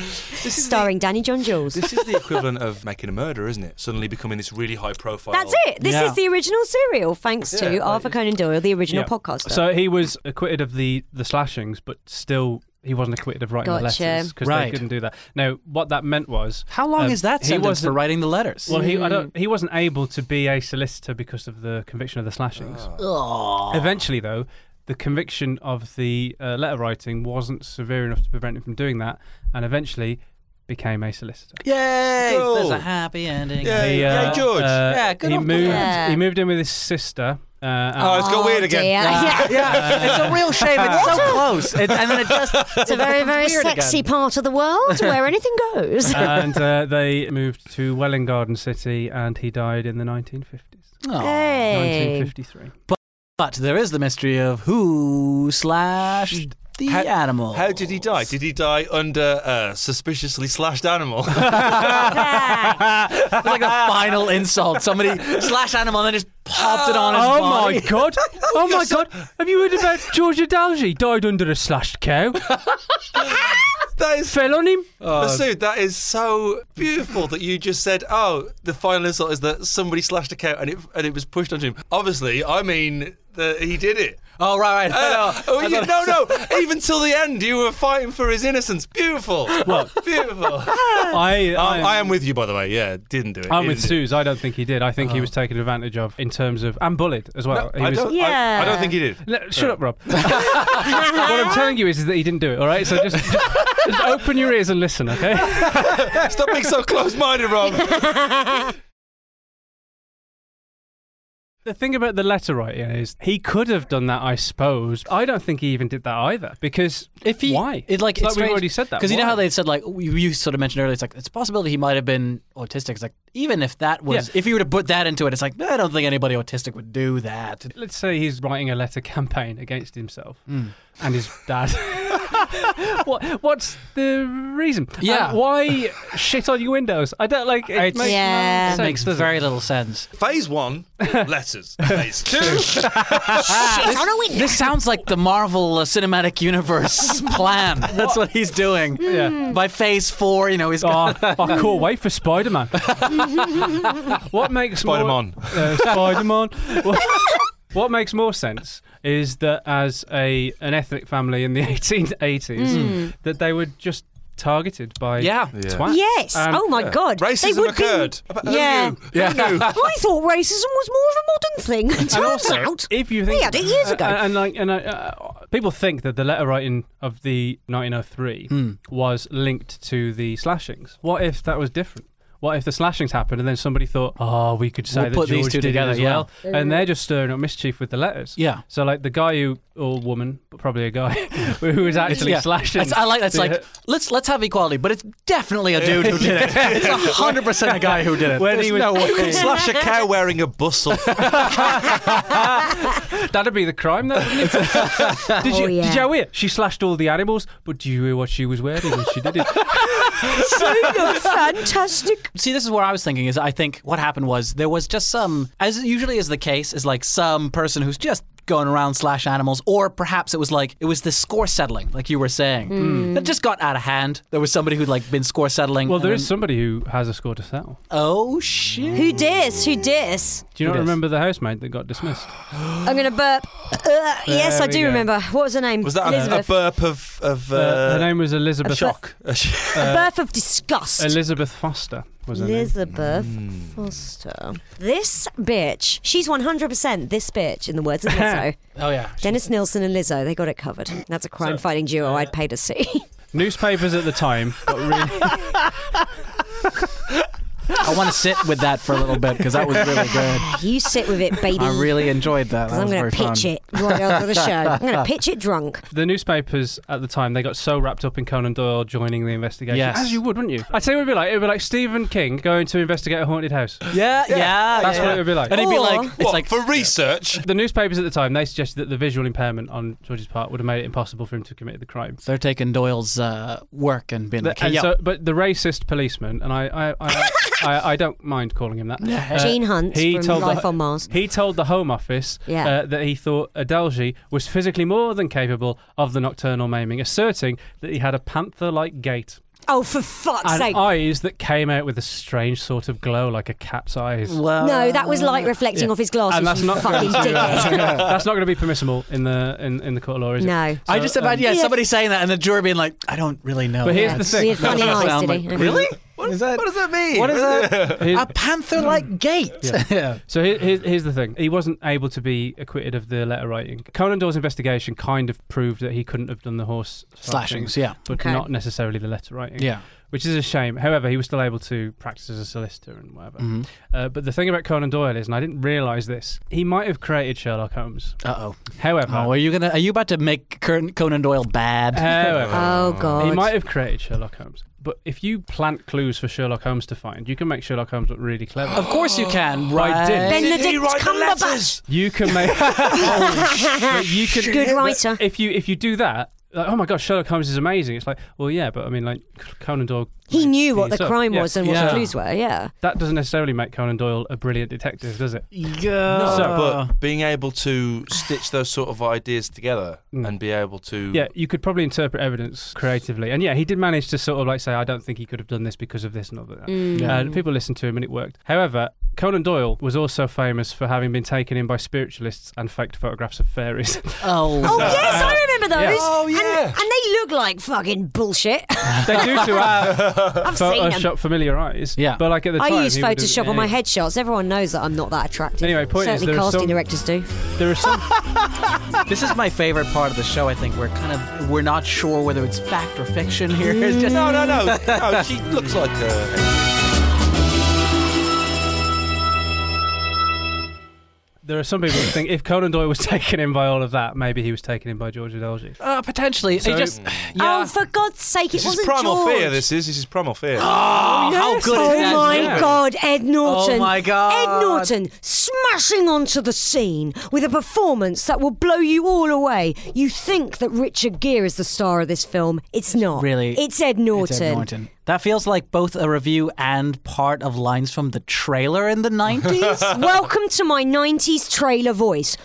Speaker 3: Starring Danny John Jules.
Speaker 4: This is the equivalent of making a murder, isn't it? Suddenly becoming this really high profile.
Speaker 3: That's it. This
Speaker 1: Yeah.
Speaker 3: is the original serial, thanks to Arthur Conan Doyle, the original Oh,
Speaker 2: Yeah.
Speaker 3: podcaster.
Speaker 2: So he was acquitted of the the slashings, but still he wasn't acquitted of writing
Speaker 3: Gotcha.
Speaker 2: the letters because
Speaker 1: Right.
Speaker 2: they couldn't do that. Now, what that meant was
Speaker 1: How long
Speaker 2: um,
Speaker 1: is that
Speaker 2: He
Speaker 1: sentence for
Speaker 2: wasn't.
Speaker 1: writing the letters?
Speaker 2: Well, he I
Speaker 4: Mm.
Speaker 2: don't, he wasn't able to be a solicitor because of the conviction of the slashings. Eventually, though. The conviction of the uh, letter writing wasn't severe enough to prevent him from doing that, and eventually became a solicitor.
Speaker 1: Yay!
Speaker 4: Cool.
Speaker 1: There's a happy ending.
Speaker 4: Yeah.
Speaker 2: He, uh,
Speaker 4: Yay, George.
Speaker 1: Yeah, good
Speaker 2: he
Speaker 1: off the
Speaker 2: moved.
Speaker 3: man.
Speaker 2: He moved in with his sister. Uh, and-
Speaker 4: Oh, it's got weird
Speaker 3: Dear. [laughs]
Speaker 4: again.
Speaker 3: Yeah.
Speaker 1: [laughs] Yeah, it's a real shame. It's so close, it, and then it [laughs] just
Speaker 3: It's a very, very sexy part of the world where anything goes.
Speaker 2: [laughs] and uh, they moved to Welling Garden City, and he died in the 1950s.
Speaker 3: hey.
Speaker 2: 1953.
Speaker 1: But there is the mystery of who slashed the
Speaker 4: How-
Speaker 1: animal.
Speaker 4: How did he die? Did he die under a suspiciously slashed animal? [laughs]
Speaker 3: Uh,
Speaker 1: It's like the final insult. Somebody
Speaker 2: [laughs]
Speaker 1: slashed animal and then just popped it on his
Speaker 2: Oh
Speaker 1: body.
Speaker 2: my
Speaker 4: [laughs]
Speaker 2: god! Oh my god! Have you heard about George Adalji? Died under a slashed cow.
Speaker 4: that is
Speaker 2: Fell on him.
Speaker 4: Masood, that is so beautiful that you just said, "Oh, the final insult is that somebody slashed a cow and it and it was pushed onto him." Obviously, I mean that he did it.
Speaker 1: Oh right, right.
Speaker 4: Uh,
Speaker 1: I know.
Speaker 4: oh, you, no, no. Even till the end, you were fighting for his innocence. Beautiful. Beautiful.
Speaker 2: I,
Speaker 1: Uh,
Speaker 4: Um,
Speaker 2: I,
Speaker 4: I am with you, by the way. Yeah, didn't do it.
Speaker 2: I'm
Speaker 4: didn't
Speaker 2: with
Speaker 4: do it.
Speaker 2: Suze. I don't think he did. I think
Speaker 1: Uh-huh.
Speaker 2: he was taken advantage of in terms of and bullied as well. he
Speaker 4: I
Speaker 2: was,
Speaker 4: don't,
Speaker 3: Yeah.
Speaker 4: I, I don't think he did. [laughs]
Speaker 2: No, shut up, Rob. [laughs] what I'm telling you is, is that he didn't do it. All right, so just, just, just open your ears and listen, okay?
Speaker 1: [laughs]
Speaker 4: Stop being so close-minded, Rob.
Speaker 2: The thing about the letter writing is he could have done that, I suppose. I don't think he even did that either because
Speaker 1: If he,
Speaker 2: why?
Speaker 1: It, like,
Speaker 2: we've already said that.
Speaker 1: because you know
Speaker 2: Why?
Speaker 1: how they said like you, you sort of mentioned earlier. It's like it's a possibility he might have been autistic. It's like even if that was,
Speaker 2: Yeah.
Speaker 1: if you were to put that into it, it's like I don't think anybody autistic would do that.
Speaker 2: Let's say he's writing a letter [laughs] campaign against himself
Speaker 1: Hmm.
Speaker 2: and his dad.
Speaker 1: [laughs]
Speaker 2: what, what's the reason?
Speaker 1: Yeah.
Speaker 2: And why shit on your windows? I don't like it.
Speaker 1: It's-
Speaker 2: Makes
Speaker 3: Yeah.
Speaker 2: no
Speaker 1: It
Speaker 2: sense,
Speaker 1: makes
Speaker 2: does it?
Speaker 1: very little sense.
Speaker 4: Phase one, letters. Phase two,
Speaker 3: Shit on a
Speaker 1: Ah,
Speaker 3: window.
Speaker 1: This sounds like the Marvel uh, Cinematic Universe
Speaker 2: [laughs]
Speaker 1: plan. That's what he's doing.
Speaker 2: Yeah.
Speaker 1: By Phase Four, you know, he's got
Speaker 2: Oh, I can't wait for Spider Man. [laughs] what makes more-
Speaker 4: Spider-Man.
Speaker 2: [laughs] Uh, Spider-Man. what, what makes more sense is that as a an ethnic family in the [laughs] 1880s, that they were just targeted by
Speaker 1: Yeah. Yeah.
Speaker 2: twats.
Speaker 3: Yes.
Speaker 2: And-
Speaker 3: oh my God.
Speaker 4: racism
Speaker 3: they would
Speaker 4: occurred. Who
Speaker 3: Be, yeah.
Speaker 4: knew?
Speaker 3: [laughs] I thought racism was more of a modern thing. It
Speaker 2: And
Speaker 3: turns
Speaker 2: also,
Speaker 3: out
Speaker 2: if you think
Speaker 3: we had it years
Speaker 2: uh,
Speaker 3: ago.
Speaker 2: and, and like, and uh, uh, people think that the letter writing of the 1903
Speaker 1: Hmm.
Speaker 2: was linked to the slashings. What if that was different? What if the slashings happened and then somebody thought, oh, we could say
Speaker 1: We'll
Speaker 2: that
Speaker 1: put these
Speaker 2: George
Speaker 1: two
Speaker 2: did it
Speaker 1: together,
Speaker 2: as well, and they're just stirring up mischief with the letters.
Speaker 1: Yeah.
Speaker 2: So like the guy who, or woman, but probably a guy, [laughs] who was actually slashing.
Speaker 1: It's- I like that's
Speaker 2: Yeah.
Speaker 1: like let's let's have equality, but it's definitely a dude who did it. It's hundred percent a guy who did it.
Speaker 2: [laughs] When
Speaker 1: There's
Speaker 2: he was- [laughs]
Speaker 1: no way.
Speaker 4: Slash a cow wearing a bustle.
Speaker 2: That'd be the crime,
Speaker 1: [laughs]
Speaker 2: though. Wouldn't it? did you?
Speaker 3: Oh,
Speaker 2: Did
Speaker 3: yeah.
Speaker 2: you hear? She slashed all the animals, but do you hear what she was wearing when she did it?
Speaker 3: [laughs]
Speaker 2: [laughs]
Speaker 3: fantastic.
Speaker 1: See, this is where I was thinking is I think what happened was there was just some, as usually is the case, is like some person who's just going around slash animals, or perhaps it was like it was the score settling, like you were saying,
Speaker 3: Hmm.
Speaker 1: that just got out of hand. There was somebody who'd like been score settling.
Speaker 2: well, there
Speaker 1: and
Speaker 2: is somebody who has a score to settle.
Speaker 1: then- Oh shit!
Speaker 3: Who dis? Who dis?
Speaker 2: Do you not
Speaker 1: does?
Speaker 2: remember the housemaid that got dismissed?
Speaker 3: I'm gonna burp. Uh, yes, I
Speaker 2: we
Speaker 3: do
Speaker 2: go.
Speaker 3: remember. What was her name?
Speaker 4: Was that a, a
Speaker 3: Elizabeth?
Speaker 4: burp of of uh,
Speaker 2: Uh, her name was Elizabeth.
Speaker 3: shock.
Speaker 4: [laughs] a sh-
Speaker 3: A birth of disgust.
Speaker 2: Elizabeth Hmm. Foster was her name.
Speaker 3: Elizabeth Foster. This bitch. She's 100% this bitch in the
Speaker 2: [laughs]
Speaker 3: words of Lizzo.
Speaker 1: Oh yeah.
Speaker 3: Dennis Nilsson and Lizzo, they got it covered. That's a crime fighting duo I'd pay to see. [laughs]
Speaker 2: Newspapers at the time got really.
Speaker 1: I want to sit with that for a little bit because that was really good.
Speaker 3: [laughs] you sit with it, baby.
Speaker 1: I really enjoyed that. that
Speaker 3: I'm
Speaker 1: was
Speaker 3: going
Speaker 1: very
Speaker 3: to pitch
Speaker 1: fun.
Speaker 3: it right after the show. I'm
Speaker 2: [laughs]
Speaker 3: going to pitch it drunk.
Speaker 2: the newspapers at the time they got so wrapped up in Conan Doyle joining the investigation.
Speaker 1: Yes.
Speaker 2: As you would, wouldn't you? I'd say it would be like it would be like Stephen King going to investigate a haunted house.
Speaker 1: Yeah, yeah.
Speaker 2: That's
Speaker 1: yeah,
Speaker 2: what
Speaker 1: yeah.
Speaker 2: it would be like.
Speaker 1: And he'd be
Speaker 3: Or-
Speaker 1: like, it's
Speaker 4: what,
Speaker 1: like
Speaker 4: for research.
Speaker 2: The newspapers at the time they suggested that the visual impairment on George's part would have made it impossible for him to commit the crime.
Speaker 1: they're taking Doyle's uh, work and being
Speaker 2: The-
Speaker 1: like, hey,
Speaker 2: and
Speaker 1: yo.
Speaker 2: so, but the racist policeman, and I, I, I,
Speaker 3: [laughs]
Speaker 2: I, I don't mind calling him that. Uh,
Speaker 3: Gene Hunt
Speaker 2: he
Speaker 3: from
Speaker 2: told the-
Speaker 3: Life on Mars.
Speaker 2: He told the Home Office
Speaker 3: Yeah.
Speaker 2: uh, that he thought Adelji was physically more than capable of the nocturnal maiming, asserting that he had a panther-like gait
Speaker 3: Oh, for fuck's
Speaker 2: and
Speaker 3: sake.
Speaker 2: eyes that came out with a strange sort of glow, like a cat's eyes.
Speaker 1: Well,
Speaker 3: no, that was light reflecting off his glasses.
Speaker 2: and that's
Speaker 3: you
Speaker 2: not
Speaker 3: fucking
Speaker 2: going to,
Speaker 1: [laughs]
Speaker 3: dickhead.
Speaker 2: that's not going to be permissible in the in, in the court of law, is it?
Speaker 3: [laughs] No.
Speaker 1: I just
Speaker 2: So, um,
Speaker 1: imagine, yeah,
Speaker 3: Yeah.
Speaker 1: somebody saying that and the jury being like, I don't really know.
Speaker 2: But here's
Speaker 3: Yeah.
Speaker 2: the thing.
Speaker 3: He had funny
Speaker 1: That's what
Speaker 3: eyes,
Speaker 1: I'm
Speaker 3: did
Speaker 1: like,
Speaker 3: he?
Speaker 1: really?
Speaker 4: What,
Speaker 1: Is that-
Speaker 4: what does that mean?
Speaker 1: What is that?
Speaker 2: Here's-
Speaker 1: a panther
Speaker 2: Mm.
Speaker 1: like gate.
Speaker 2: [laughs]
Speaker 1: [laughs] Yeah.
Speaker 2: So here, here's, here's the thing: he wasn't able to be acquitted of the letter writing. Conan Doyle's investigation kind of proved that he couldn't have done the horse
Speaker 1: Slashings, yeah.
Speaker 2: but
Speaker 3: Okay.
Speaker 2: not necessarily the letter writing.
Speaker 1: Yeah.
Speaker 2: which is a shame. However, he was still able to practice as a solicitor and whatever.
Speaker 1: Mm-hmm.
Speaker 2: Uh, but the thing about Conan Doyle is, and I didn't realise this, he might have created Sherlock Holmes.
Speaker 1: Uh oh.
Speaker 2: However,
Speaker 1: Oh, are you gonna? Are you about to make Cur- Conan Doyle bad?
Speaker 2: however,
Speaker 3: [laughs] Oh,
Speaker 2: He
Speaker 3: God.
Speaker 2: might have created Sherlock Holmes, but if you plant clues for Sherlock Holmes to find, you can make Sherlock Holmes look really clever.
Speaker 1: of course you can.
Speaker 2: Right,
Speaker 1: Right?
Speaker 2: didn't.
Speaker 4: Did
Speaker 3: Benedict
Speaker 4: he write the
Speaker 3: Cumberbatch.
Speaker 4: letters?
Speaker 2: You can make. [laughs] Oh, shit. you can.
Speaker 3: Good
Speaker 2: but
Speaker 3: writer.
Speaker 2: If you if you do that, like, oh my god, Sherlock Holmes is amazing. It's like, well, yeah, but I mean, like Conan Doyle.
Speaker 3: He knew what the
Speaker 2: himself.
Speaker 3: crime
Speaker 2: Yeah.
Speaker 3: was and what
Speaker 1: Yeah.
Speaker 3: the clues were,
Speaker 2: [laughs]
Speaker 3: yeah.
Speaker 2: That doesn't necessarily make Conan Doyle a brilliant detective, does it?
Speaker 1: Yeah.
Speaker 4: but being able to stitch those sort of ideas together and be able to
Speaker 2: Yeah, you could probably interpret evidence creatively, and yeah, he did
Speaker 3: Mm.
Speaker 2: Uh, manage to sort of like say, I don't think he could have done this because of this and other. that. And people listened to him, and it worked. However, Conan Doyle was also famous for having been taken in by spiritualists and faked photographs of fairies.
Speaker 3: [laughs]
Speaker 1: Oh,
Speaker 3: Oh yes, I remember those.
Speaker 2: Yeah.
Speaker 4: Oh,
Speaker 3: And-
Speaker 4: yeah.
Speaker 3: and, they look like fucking bullshit. [laughs]
Speaker 2: they do to our
Speaker 3: I've seen them.
Speaker 2: Photoshop familiar eyes.
Speaker 1: Yeah.
Speaker 2: But like at the time,
Speaker 3: I use
Speaker 2: he would have-
Speaker 3: Photoshop on my headshots. Everyone knows that I'm not that attractive.
Speaker 2: Anyway, point is
Speaker 3: certainly
Speaker 2: there are
Speaker 3: casting
Speaker 2: some-
Speaker 3: directors do.
Speaker 2: There are
Speaker 3: [laughs]
Speaker 2: some
Speaker 1: this is my favorite part of the show. I think we're kind of we're not sure whether it's fact or fiction here. [laughs] It's just
Speaker 4: No, no, no. No, she looks like a.
Speaker 2: there are some people who think if Conan Doyle was [laughs] taken in by all of that, maybe he was taken in by George Adolgi.
Speaker 1: uh, potentially. it just
Speaker 2: [sighs]
Speaker 1: yeah.
Speaker 3: Oh, for God's sake, it
Speaker 4: This is
Speaker 3: wasn't
Speaker 4: primal
Speaker 3: George.
Speaker 4: fear. This is. This is
Speaker 3: [gasps]
Speaker 4: primal fear.
Speaker 1: how good is that?
Speaker 3: Oh my
Speaker 2: yeah.
Speaker 3: God, Ed Norton.
Speaker 1: Oh my God.
Speaker 3: Ed Norton smashing onto the scene with a performance that will blow you all away. You think that Richard Gere is the star of this film. It's not.
Speaker 1: really-
Speaker 3: It's Ed Norton.
Speaker 1: It's Ed Norton. [laughs] That feels like both a review and part of lines from the trailer in the
Speaker 2: [laughs]
Speaker 1: 90s.
Speaker 3: Welcome to my 90s trailer voice.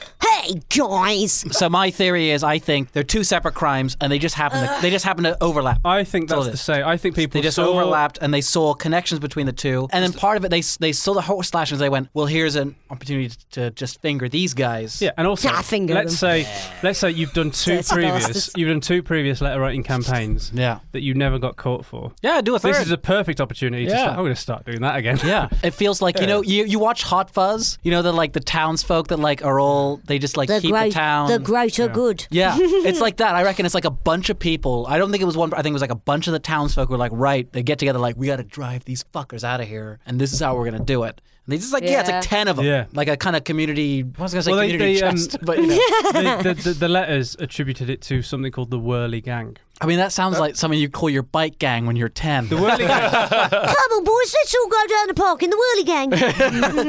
Speaker 3: Hey, guys.
Speaker 1: so my theory is I think they're two separate crimes and they just happen to, they just happen to overlap.
Speaker 2: I think
Speaker 1: all
Speaker 2: that's
Speaker 1: it
Speaker 2: the
Speaker 1: is.
Speaker 2: same. I think people
Speaker 1: They just
Speaker 2: saw-
Speaker 1: overlapped and they saw connections between the two. And then part of it, they they saw the horse slashes. They went, well, here's an opportunity to just finger these guys.
Speaker 2: Yeah, and also
Speaker 3: Ah, finger
Speaker 2: let's say let's say you've done two
Speaker 3: Dirty
Speaker 2: previous
Speaker 3: bastards.
Speaker 2: you've done two previous letter writing campaigns
Speaker 1: Yeah.
Speaker 2: that you never got caught for.
Speaker 1: Yeah, do a third.
Speaker 2: This is a perfect opportunity to
Speaker 1: Yeah.
Speaker 2: start, I'm going to start doing that again. [laughs]
Speaker 1: yeah, it feels like you know you, you watch Hot Fuzz. You know the like the townsfolk that like are all they just like
Speaker 3: The,
Speaker 1: keep
Speaker 3: great,
Speaker 1: the town.
Speaker 3: the greater good.
Speaker 1: Yeah, it's like that. I reckon it's like a bunch of people. I don't think it was one. I think it was like a bunch of the townsfolk were like, right, they get together, like, we got to drive these fuckers out of here, and this is how we're gonna do it. And they just like, yeah, it's
Speaker 3: Yeah.
Speaker 1: like ten of them,
Speaker 2: Yeah.
Speaker 1: like a kind of community. I was gonna say
Speaker 2: Well, they-
Speaker 1: community
Speaker 2: they, um,
Speaker 1: chest, but you know.
Speaker 2: the, the, the, the letters attributed it to something called the Whirly Gang.
Speaker 1: I mean, that sounds like something you call your bike gang when you're ten.
Speaker 2: The Whirly Gang,
Speaker 3: Come on, boys, let's all go down the park in the Whirly Gang.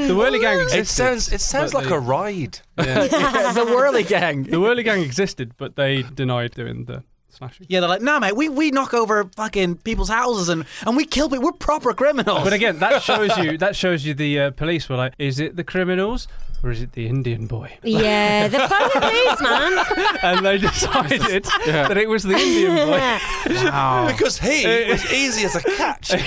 Speaker 2: the Whirly Gang existed.
Speaker 4: It sounds. It sounds
Speaker 2: But
Speaker 4: like
Speaker 2: they-
Speaker 4: a ride.
Speaker 1: [laughs] the whirly gang.
Speaker 2: The Whirly Gang existed, but they denied doing the slashing.
Speaker 1: Yeah, they're like, nah, mate, we, we knock over fucking people's houses and, and we kill people. We're proper criminals.
Speaker 2: But again, that shows you that shows you the uh, police were like, is it the criminals or is it the Indian boy?
Speaker 3: [laughs] yeah, the fucking [laughs] policeman.
Speaker 2: And they decided that it was the
Speaker 3: [laughs]
Speaker 2: Indian boy.
Speaker 4: Because he was easy as a catch.
Speaker 3: So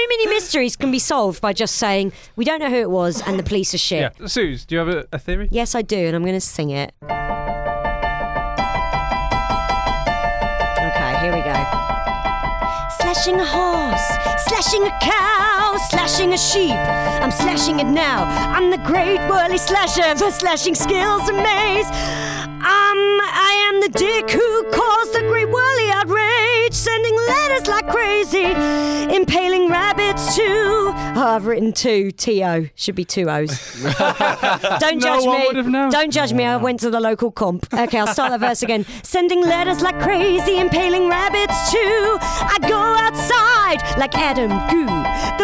Speaker 3: many mysteries can be solved by just saying, we don't know who it was and the police are shit.
Speaker 2: Yeah, Suze, do you have a, a theory?
Speaker 3: Yes, I do, and I'm going to sing it. Okay, here we go. Slashing a horse, slashing a cow, slashing a sheep. I'm slashing it now. I'm the great whirly slasher. My slashing skills amaze. Um, I am the dick who caused the great whirly outrage, sending letters like crazy, impaling rabbits too. Oh, I've written two T O. Should be two O's. [laughs] Don't
Speaker 2: No
Speaker 3: judge
Speaker 2: one
Speaker 3: me.
Speaker 2: would have known.
Speaker 3: Don't judge me. I went to the local comp. Okay, I'll start that verse again. [laughs] Sending letters like crazy, impaling rabbits too. I go outside like Adam Goo.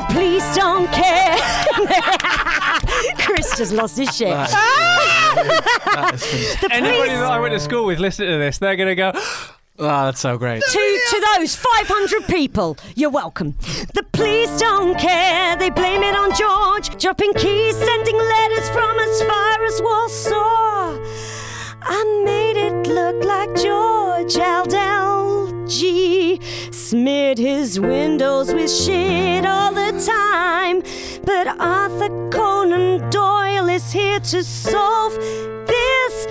Speaker 3: The police don't care. [laughs] Chris just lost his shit. Ah! the
Speaker 2: Anybody
Speaker 3: police.
Speaker 2: that I went to school with listening to this, they're going to go, [gasps]
Speaker 1: oh, that's so great.
Speaker 3: To, to those 500 people, you're welcome. The police don't care, they blame it on George. Dropping keys, sending letters from as far as Warsaw. I made it look like George Aldalji smeared his windows with shit all the time. But Arthur Conan Doyle is here to solve this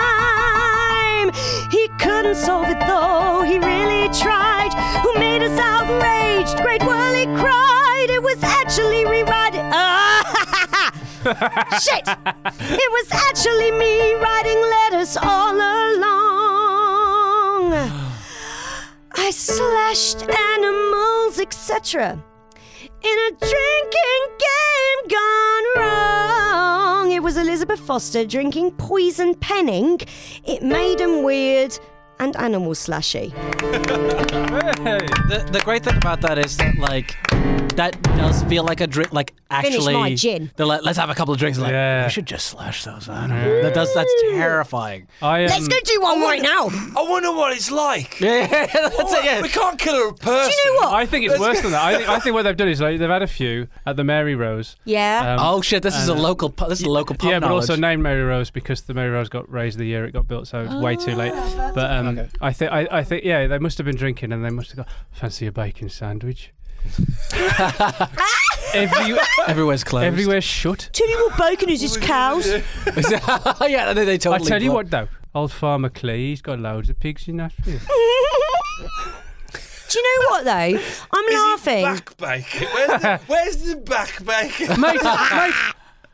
Speaker 3: crime. He couldn't solve it though, he really tried. Who made us outraged? Great Whirly cried. It was actually rewriting. [laughs] Ah! Shit! It was actually me writing letters all along. I slashed animals, etc. In a drinking game gone wrong. It was Elizabeth Foster drinking poison penning. It made 'em weird and animal slashy.
Speaker 1: The, the great thing about that is that like that does feel like a drink. Like
Speaker 3: my
Speaker 1: actually,
Speaker 3: gin.
Speaker 1: They're like, let's have a couple of drinks. Like,
Speaker 2: Yeah.
Speaker 1: we should just slash those animals. That does. That's terrifying. [laughs]
Speaker 2: I um,
Speaker 3: Let's go do one right now.
Speaker 4: I wonder what it's like.
Speaker 1: Yeah, that's it.
Speaker 4: We can't kill a person.
Speaker 3: You know what?
Speaker 2: I think it's worse than that. I think, I think what they've done is like, they've had a few at the Mary Rose.
Speaker 3: Yeah.
Speaker 2: Um,
Speaker 1: Oh shit! This is a local. pu- This is a local pub.
Speaker 2: yeah, but
Speaker 1: knowledge.
Speaker 2: also named Mary Rose because the Mary Rose got raised the year it got built, so it's way too late.
Speaker 3: Ah,
Speaker 1: [laughs]
Speaker 2: But um, I think I, I think yeah, they must have been drinking and they must have got fancy a bacon sandwich. Every,
Speaker 1: Everywhere's closed. [laughs]
Speaker 2: everywhere shut.
Speaker 3: Tell you what bacon is, it's cows. [laughs]
Speaker 1: Oh, yeah, they, they
Speaker 2: I
Speaker 1: totally.
Speaker 2: tell you
Speaker 1: blo-
Speaker 2: what though, old Farmer Clee, he's got loads of pigs in
Speaker 1: [laughs]
Speaker 2: Nashville.
Speaker 3: Do you know what though? I'm laughing.
Speaker 4: Back bacon. Where's the, where's the
Speaker 2: [laughs]
Speaker 4: back bacon?
Speaker 2: mate, mate,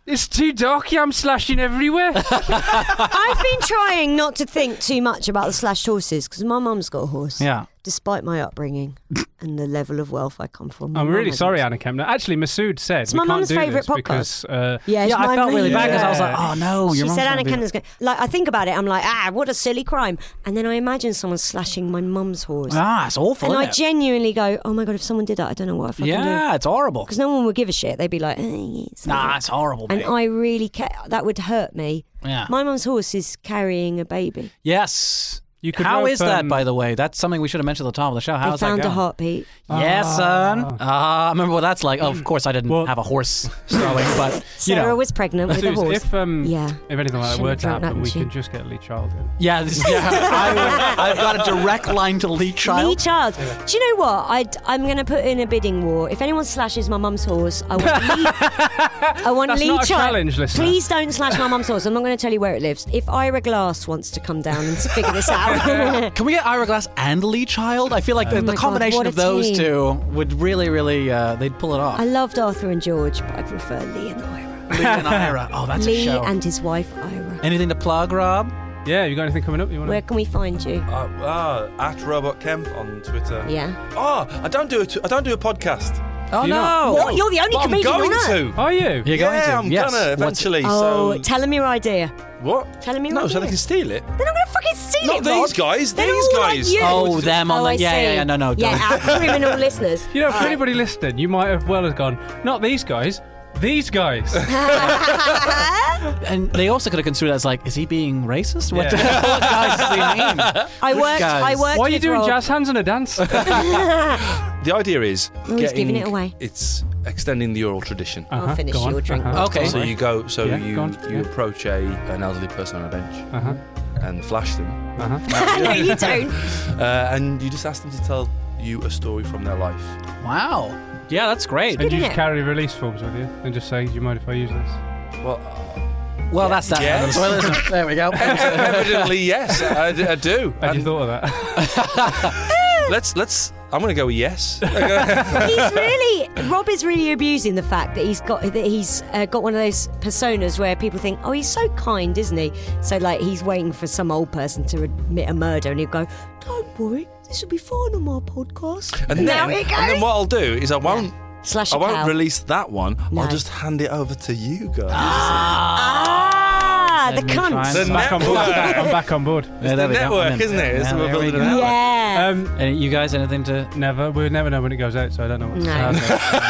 Speaker 2: it's too dark. here, I'm slashing
Speaker 1: [laughs]
Speaker 2: everywhere.
Speaker 3: I've been trying not to think too much about the slashed horses because my mum's got a horse.
Speaker 1: Yeah.
Speaker 3: Despite my upbringing and the level of wealth I come from. my
Speaker 2: I'm
Speaker 3: mum
Speaker 2: really
Speaker 3: hasn't.
Speaker 2: sorry, Anna Kemner. Actually, Masood said
Speaker 3: It's
Speaker 2: we
Speaker 3: my
Speaker 2: can't
Speaker 3: mum's
Speaker 2: do
Speaker 3: favourite
Speaker 2: this because uh,
Speaker 3: Yeah, it's
Speaker 1: Yeah, I
Speaker 3: mine
Speaker 1: felt really bad because I was like,
Speaker 2: Yeah.
Speaker 1: oh no,
Speaker 3: She
Speaker 1: your
Speaker 3: said
Speaker 1: mom's
Speaker 3: Anna
Speaker 1: gonna be-
Speaker 3: Kendall's going. Like I think about it, I'm like, ah, what a silly crime. And then I imagine someone slashing my mum's horse,
Speaker 1: Ah, it's awful.
Speaker 3: and I
Speaker 1: isn't it?
Speaker 3: genuinely go, oh my god, if someone did that, I don't know what I fucking do.
Speaker 1: yeah, it's horrible.
Speaker 3: Because no one would give a shit. They'd be like, eh, yeah, it's all
Speaker 1: Nah,
Speaker 3: right."
Speaker 1: it's horrible.
Speaker 3: And
Speaker 1: mate.
Speaker 3: I really care. That would hurt me.
Speaker 1: Yeah.
Speaker 3: My mum's horse is carrying a baby.
Speaker 1: yes.
Speaker 2: You could
Speaker 1: How
Speaker 2: rope,
Speaker 1: is that,
Speaker 2: um,
Speaker 1: by the way? That's something we should have mentioned at the top of the show.
Speaker 3: They
Speaker 1: How's
Speaker 3: found
Speaker 1: that
Speaker 3: a
Speaker 1: going?
Speaker 3: heartbeat.
Speaker 1: Yes, son. Ah, I remember what that's like. Oh, of course, I didn't
Speaker 2: Well-
Speaker 1: have a horse sewing,
Speaker 3: [laughs]
Speaker 1: but you
Speaker 3: Sarah
Speaker 1: know,
Speaker 3: was pregnant with a
Speaker 2: Masood,
Speaker 3: horse.
Speaker 2: if um,
Speaker 3: Yeah.
Speaker 2: if anything like that
Speaker 3: Shouldn't
Speaker 2: were
Speaker 3: have
Speaker 2: to
Speaker 3: done that,
Speaker 2: happen, we
Speaker 3: she-
Speaker 2: can just get Lee Child in.
Speaker 1: yeah, this, yeah. I would, I've got a direct line to Lee Child.
Speaker 3: Lee Child. Do you know what? I'd, I'm going to put in a bidding war. If anyone slashes my mum's horse, I want Lee. I want
Speaker 2: That's
Speaker 3: Lee
Speaker 2: not a
Speaker 3: Child.
Speaker 2: challenge, listener.
Speaker 3: Please don't slash my mum's horse. I'm not going to tell you where it lives. If Ira Glass wants to come down and to figure this out, [laughs]
Speaker 1: Can we get Ira Glass and Lee Child? I feel like the, the
Speaker 3: Oh my God,
Speaker 1: combination
Speaker 3: what
Speaker 1: of
Speaker 3: a
Speaker 1: those
Speaker 3: team.
Speaker 1: two would really, really, uh, they'd pull it off.
Speaker 3: I loved Arthur and George, but I prefer Lee and Ira.
Speaker 1: Lee and Ira. Oh, that's a
Speaker 3: Lee
Speaker 1: show.
Speaker 3: and his wife Ira.
Speaker 1: Anything to plug, Rob?
Speaker 2: Yeah, you got anything coming up? You want
Speaker 3: Where can we find you?
Speaker 4: Uh, uh, at Robot Kemp on Twitter.
Speaker 3: Yeah.
Speaker 4: Oh, I don't do a t- I don't do a podcast.
Speaker 1: Oh
Speaker 2: you not?
Speaker 1: no!
Speaker 3: What? You're the only
Speaker 4: But I'm
Speaker 3: comedian
Speaker 4: going
Speaker 3: on earth.
Speaker 4: to.
Speaker 2: Are you?
Speaker 1: You're going
Speaker 4: yeah,
Speaker 1: to?
Speaker 4: I'm
Speaker 1: yes.
Speaker 4: gonna
Speaker 1: What's-
Speaker 4: eventually.
Speaker 3: Oh,
Speaker 4: so
Speaker 3: tell them your idea.
Speaker 4: what?
Speaker 3: tell 'em your
Speaker 4: No, so they
Speaker 3: idea.
Speaker 4: can steal it.
Speaker 3: They're not going to fucking steal
Speaker 4: Not
Speaker 3: it,
Speaker 4: these
Speaker 3: Rob.
Speaker 4: guys,
Speaker 3: They're
Speaker 4: these
Speaker 3: all
Speaker 4: guys.
Speaker 3: Like you.
Speaker 1: Oh, them on
Speaker 3: oh,
Speaker 1: the-
Speaker 3: I
Speaker 1: yeah, yeah,
Speaker 3: see.
Speaker 1: yeah, no, no,
Speaker 3: Yeah,
Speaker 1: [laughs]
Speaker 3: our criminal listeners.
Speaker 2: You know, for anybody listening, you might have well as gone. Not these guys. These
Speaker 3: [laughs]
Speaker 2: guys.
Speaker 1: And they also could have construed it as like, is he being racist? What the
Speaker 2: Yeah.
Speaker 1: hell guys does he mean?
Speaker 3: I worked. I
Speaker 1: guys?
Speaker 3: worked.
Speaker 2: Why are you
Speaker 3: with
Speaker 2: doing
Speaker 3: Rob. [laughs]
Speaker 2: jazz hands and a dance?
Speaker 4: The idea is
Speaker 3: Oh, he's
Speaker 4: getting-
Speaker 3: giving it away.
Speaker 4: It's extending the oral tradition.
Speaker 3: I'll finish
Speaker 2: go on.
Speaker 3: your drink.
Speaker 2: Uh-huh.
Speaker 1: Okay.
Speaker 4: So you go, so
Speaker 2: Yeah,
Speaker 4: you
Speaker 2: go on,
Speaker 4: you
Speaker 2: yeah.
Speaker 4: approach a an elderly person on a bench
Speaker 2: Uh-huh.
Speaker 4: and flash them,
Speaker 3: [laughs]
Speaker 2: Uh-huh.
Speaker 3: no, you don't.
Speaker 4: uh, and you just ask them to tell you a story from their life.
Speaker 1: Wow. Yeah, that's great.
Speaker 2: And you
Speaker 3: isn't
Speaker 2: just
Speaker 3: it?
Speaker 2: carry release forms with you and just say, do you mind if I use this?
Speaker 4: Well, [laughs]
Speaker 1: Well, that's that.
Speaker 4: Yes.
Speaker 1: So, listen, there we go.
Speaker 4: evidently yes, I, d- I do.
Speaker 2: Had you
Speaker 4: And
Speaker 2: thought of that?
Speaker 4: let's let's. I'm gonna go with yes.
Speaker 3: He's really Rob is really abusing the fact that he's got that he's uh, got one of those personas where people think, oh, he's so kind, isn't he? So like he's waiting for some old person to admit a murder, and he'll go, don't worry, this will be fine on my podcast.
Speaker 4: And
Speaker 3: there
Speaker 4: then,
Speaker 3: it goes.
Speaker 4: and then what I'll do is I won't.
Speaker 3: Slash
Speaker 4: I
Speaker 3: a
Speaker 4: won't
Speaker 3: cow.
Speaker 4: release that one.
Speaker 3: No.
Speaker 4: I'll just hand it over to you guys.
Speaker 3: ah, the
Speaker 1: Let me try
Speaker 3: cunt.
Speaker 1: and-
Speaker 4: The
Speaker 2: I'm back on board.
Speaker 4: network.
Speaker 2: I'm back on board.
Speaker 1: Yeah, there we go.
Speaker 4: network,
Speaker 1: And
Speaker 4: isn't it? It's
Speaker 1: yeah,
Speaker 4: we're
Speaker 1: there
Speaker 4: building
Speaker 1: we
Speaker 4: a
Speaker 1: go.
Speaker 4: network.
Speaker 3: Yeah.
Speaker 2: Um,
Speaker 1: And you guys, anything to?
Speaker 2: never. We'll never know when it goes out, so I don't know what's
Speaker 3: No.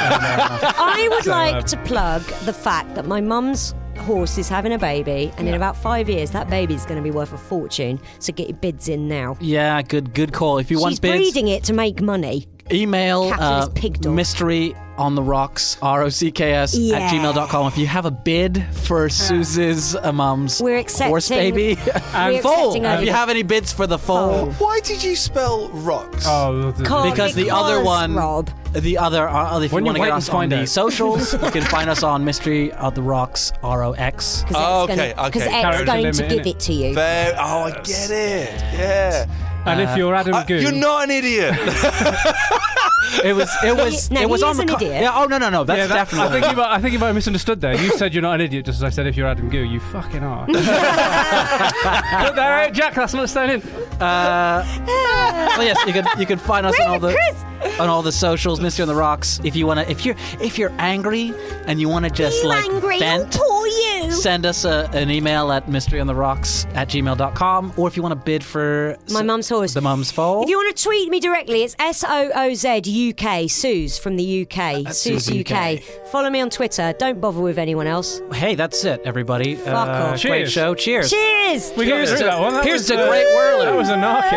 Speaker 3: I would like to plug the fact that my mum's horse is having a baby, and in about five years, that baby's going to be worth a fortune. So get your bids in now.
Speaker 1: Yeah, good, good call. If you
Speaker 3: She's
Speaker 1: want bids,
Speaker 3: breeding it to make money.
Speaker 1: email uh,
Speaker 3: Capitalist pig dog.
Speaker 1: mystery on the rocks r o c k s
Speaker 3: Yeah.
Speaker 1: at gmail.com. If you have a bid for Suze's uh, mum's
Speaker 3: We're
Speaker 1: horse
Speaker 3: accepting-
Speaker 1: baby [laughs]
Speaker 3: We're
Speaker 1: foal,
Speaker 3: accepting
Speaker 1: if
Speaker 3: only-
Speaker 1: you have any bids for the foal,
Speaker 4: Why did you spell rocks?
Speaker 2: Oh,
Speaker 3: Can't
Speaker 1: because the other
Speaker 3: because,
Speaker 1: one,
Speaker 3: Rob.
Speaker 1: the other, uh, other- if
Speaker 2: When
Speaker 1: you want
Speaker 2: you
Speaker 1: to
Speaker 2: wait
Speaker 1: get
Speaker 2: and
Speaker 1: us on
Speaker 2: find
Speaker 1: the
Speaker 2: out.
Speaker 1: socials, you
Speaker 3: [laughs]
Speaker 1: can find us on mystery on the rocks r o x.
Speaker 4: Oh,
Speaker 3: Because
Speaker 4: okay, okay.
Speaker 3: X
Speaker 2: Character
Speaker 3: going to
Speaker 2: limit,
Speaker 3: give
Speaker 2: innit?
Speaker 3: it to you.
Speaker 4: Fair. Oh, I get it. Yeah.
Speaker 2: and if you're Adam
Speaker 4: Uh,
Speaker 2: Goon,
Speaker 4: you're not an idiot.
Speaker 1: [laughs] It was, it was,
Speaker 3: No,
Speaker 1: it was
Speaker 3: he
Speaker 1: on
Speaker 3: is
Speaker 1: the
Speaker 3: an
Speaker 1: co-
Speaker 3: idiot.
Speaker 1: Yeah, oh no, no, no, that's
Speaker 2: Yeah, that- I
Speaker 1: definitely.
Speaker 2: think you might, I think you might have misunderstood there. You said you're not an idiot, just as I said if you're Adam Goo, you
Speaker 1: [laughs]
Speaker 2: fucking are. Put that out, Jack. That's not staying in.
Speaker 1: well, yes, you can you can find us on all the
Speaker 3: with
Speaker 1: on all the socials, Mystery on the Rocks. If you wanna, if you're if you're angry and you wanna just
Speaker 3: you
Speaker 1: like
Speaker 3: angry?
Speaker 1: vent,
Speaker 3: Oh, poor you.
Speaker 1: send us a, an email at mysteryontherocks at gmail.com or if you wanna bid for
Speaker 3: My
Speaker 1: s-
Speaker 3: mum's horse.
Speaker 1: the mum's foal.
Speaker 3: If you want to tweet me directly, it's S O O Z UK, Suze from the UK, Suze
Speaker 1: Suze UK.
Speaker 3: UK. Follow me on Twitter. Don't bother with anyone else.
Speaker 1: [laughs] hey, that's it, everybody. Fuck
Speaker 3: off.
Speaker 1: Great
Speaker 2: Cheers.
Speaker 1: show. Cheers.
Speaker 3: Cheers.
Speaker 2: We got through that one. That
Speaker 1: Here's
Speaker 2: was,
Speaker 1: the
Speaker 2: uh,
Speaker 1: great whirler.
Speaker 2: That was a narc.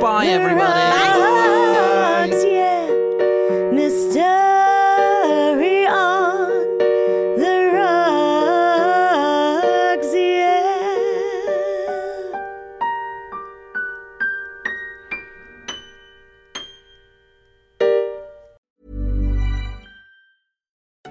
Speaker 1: Bye, everybody.
Speaker 3: Dogs, yeah. Mystery on the rugs, yeah.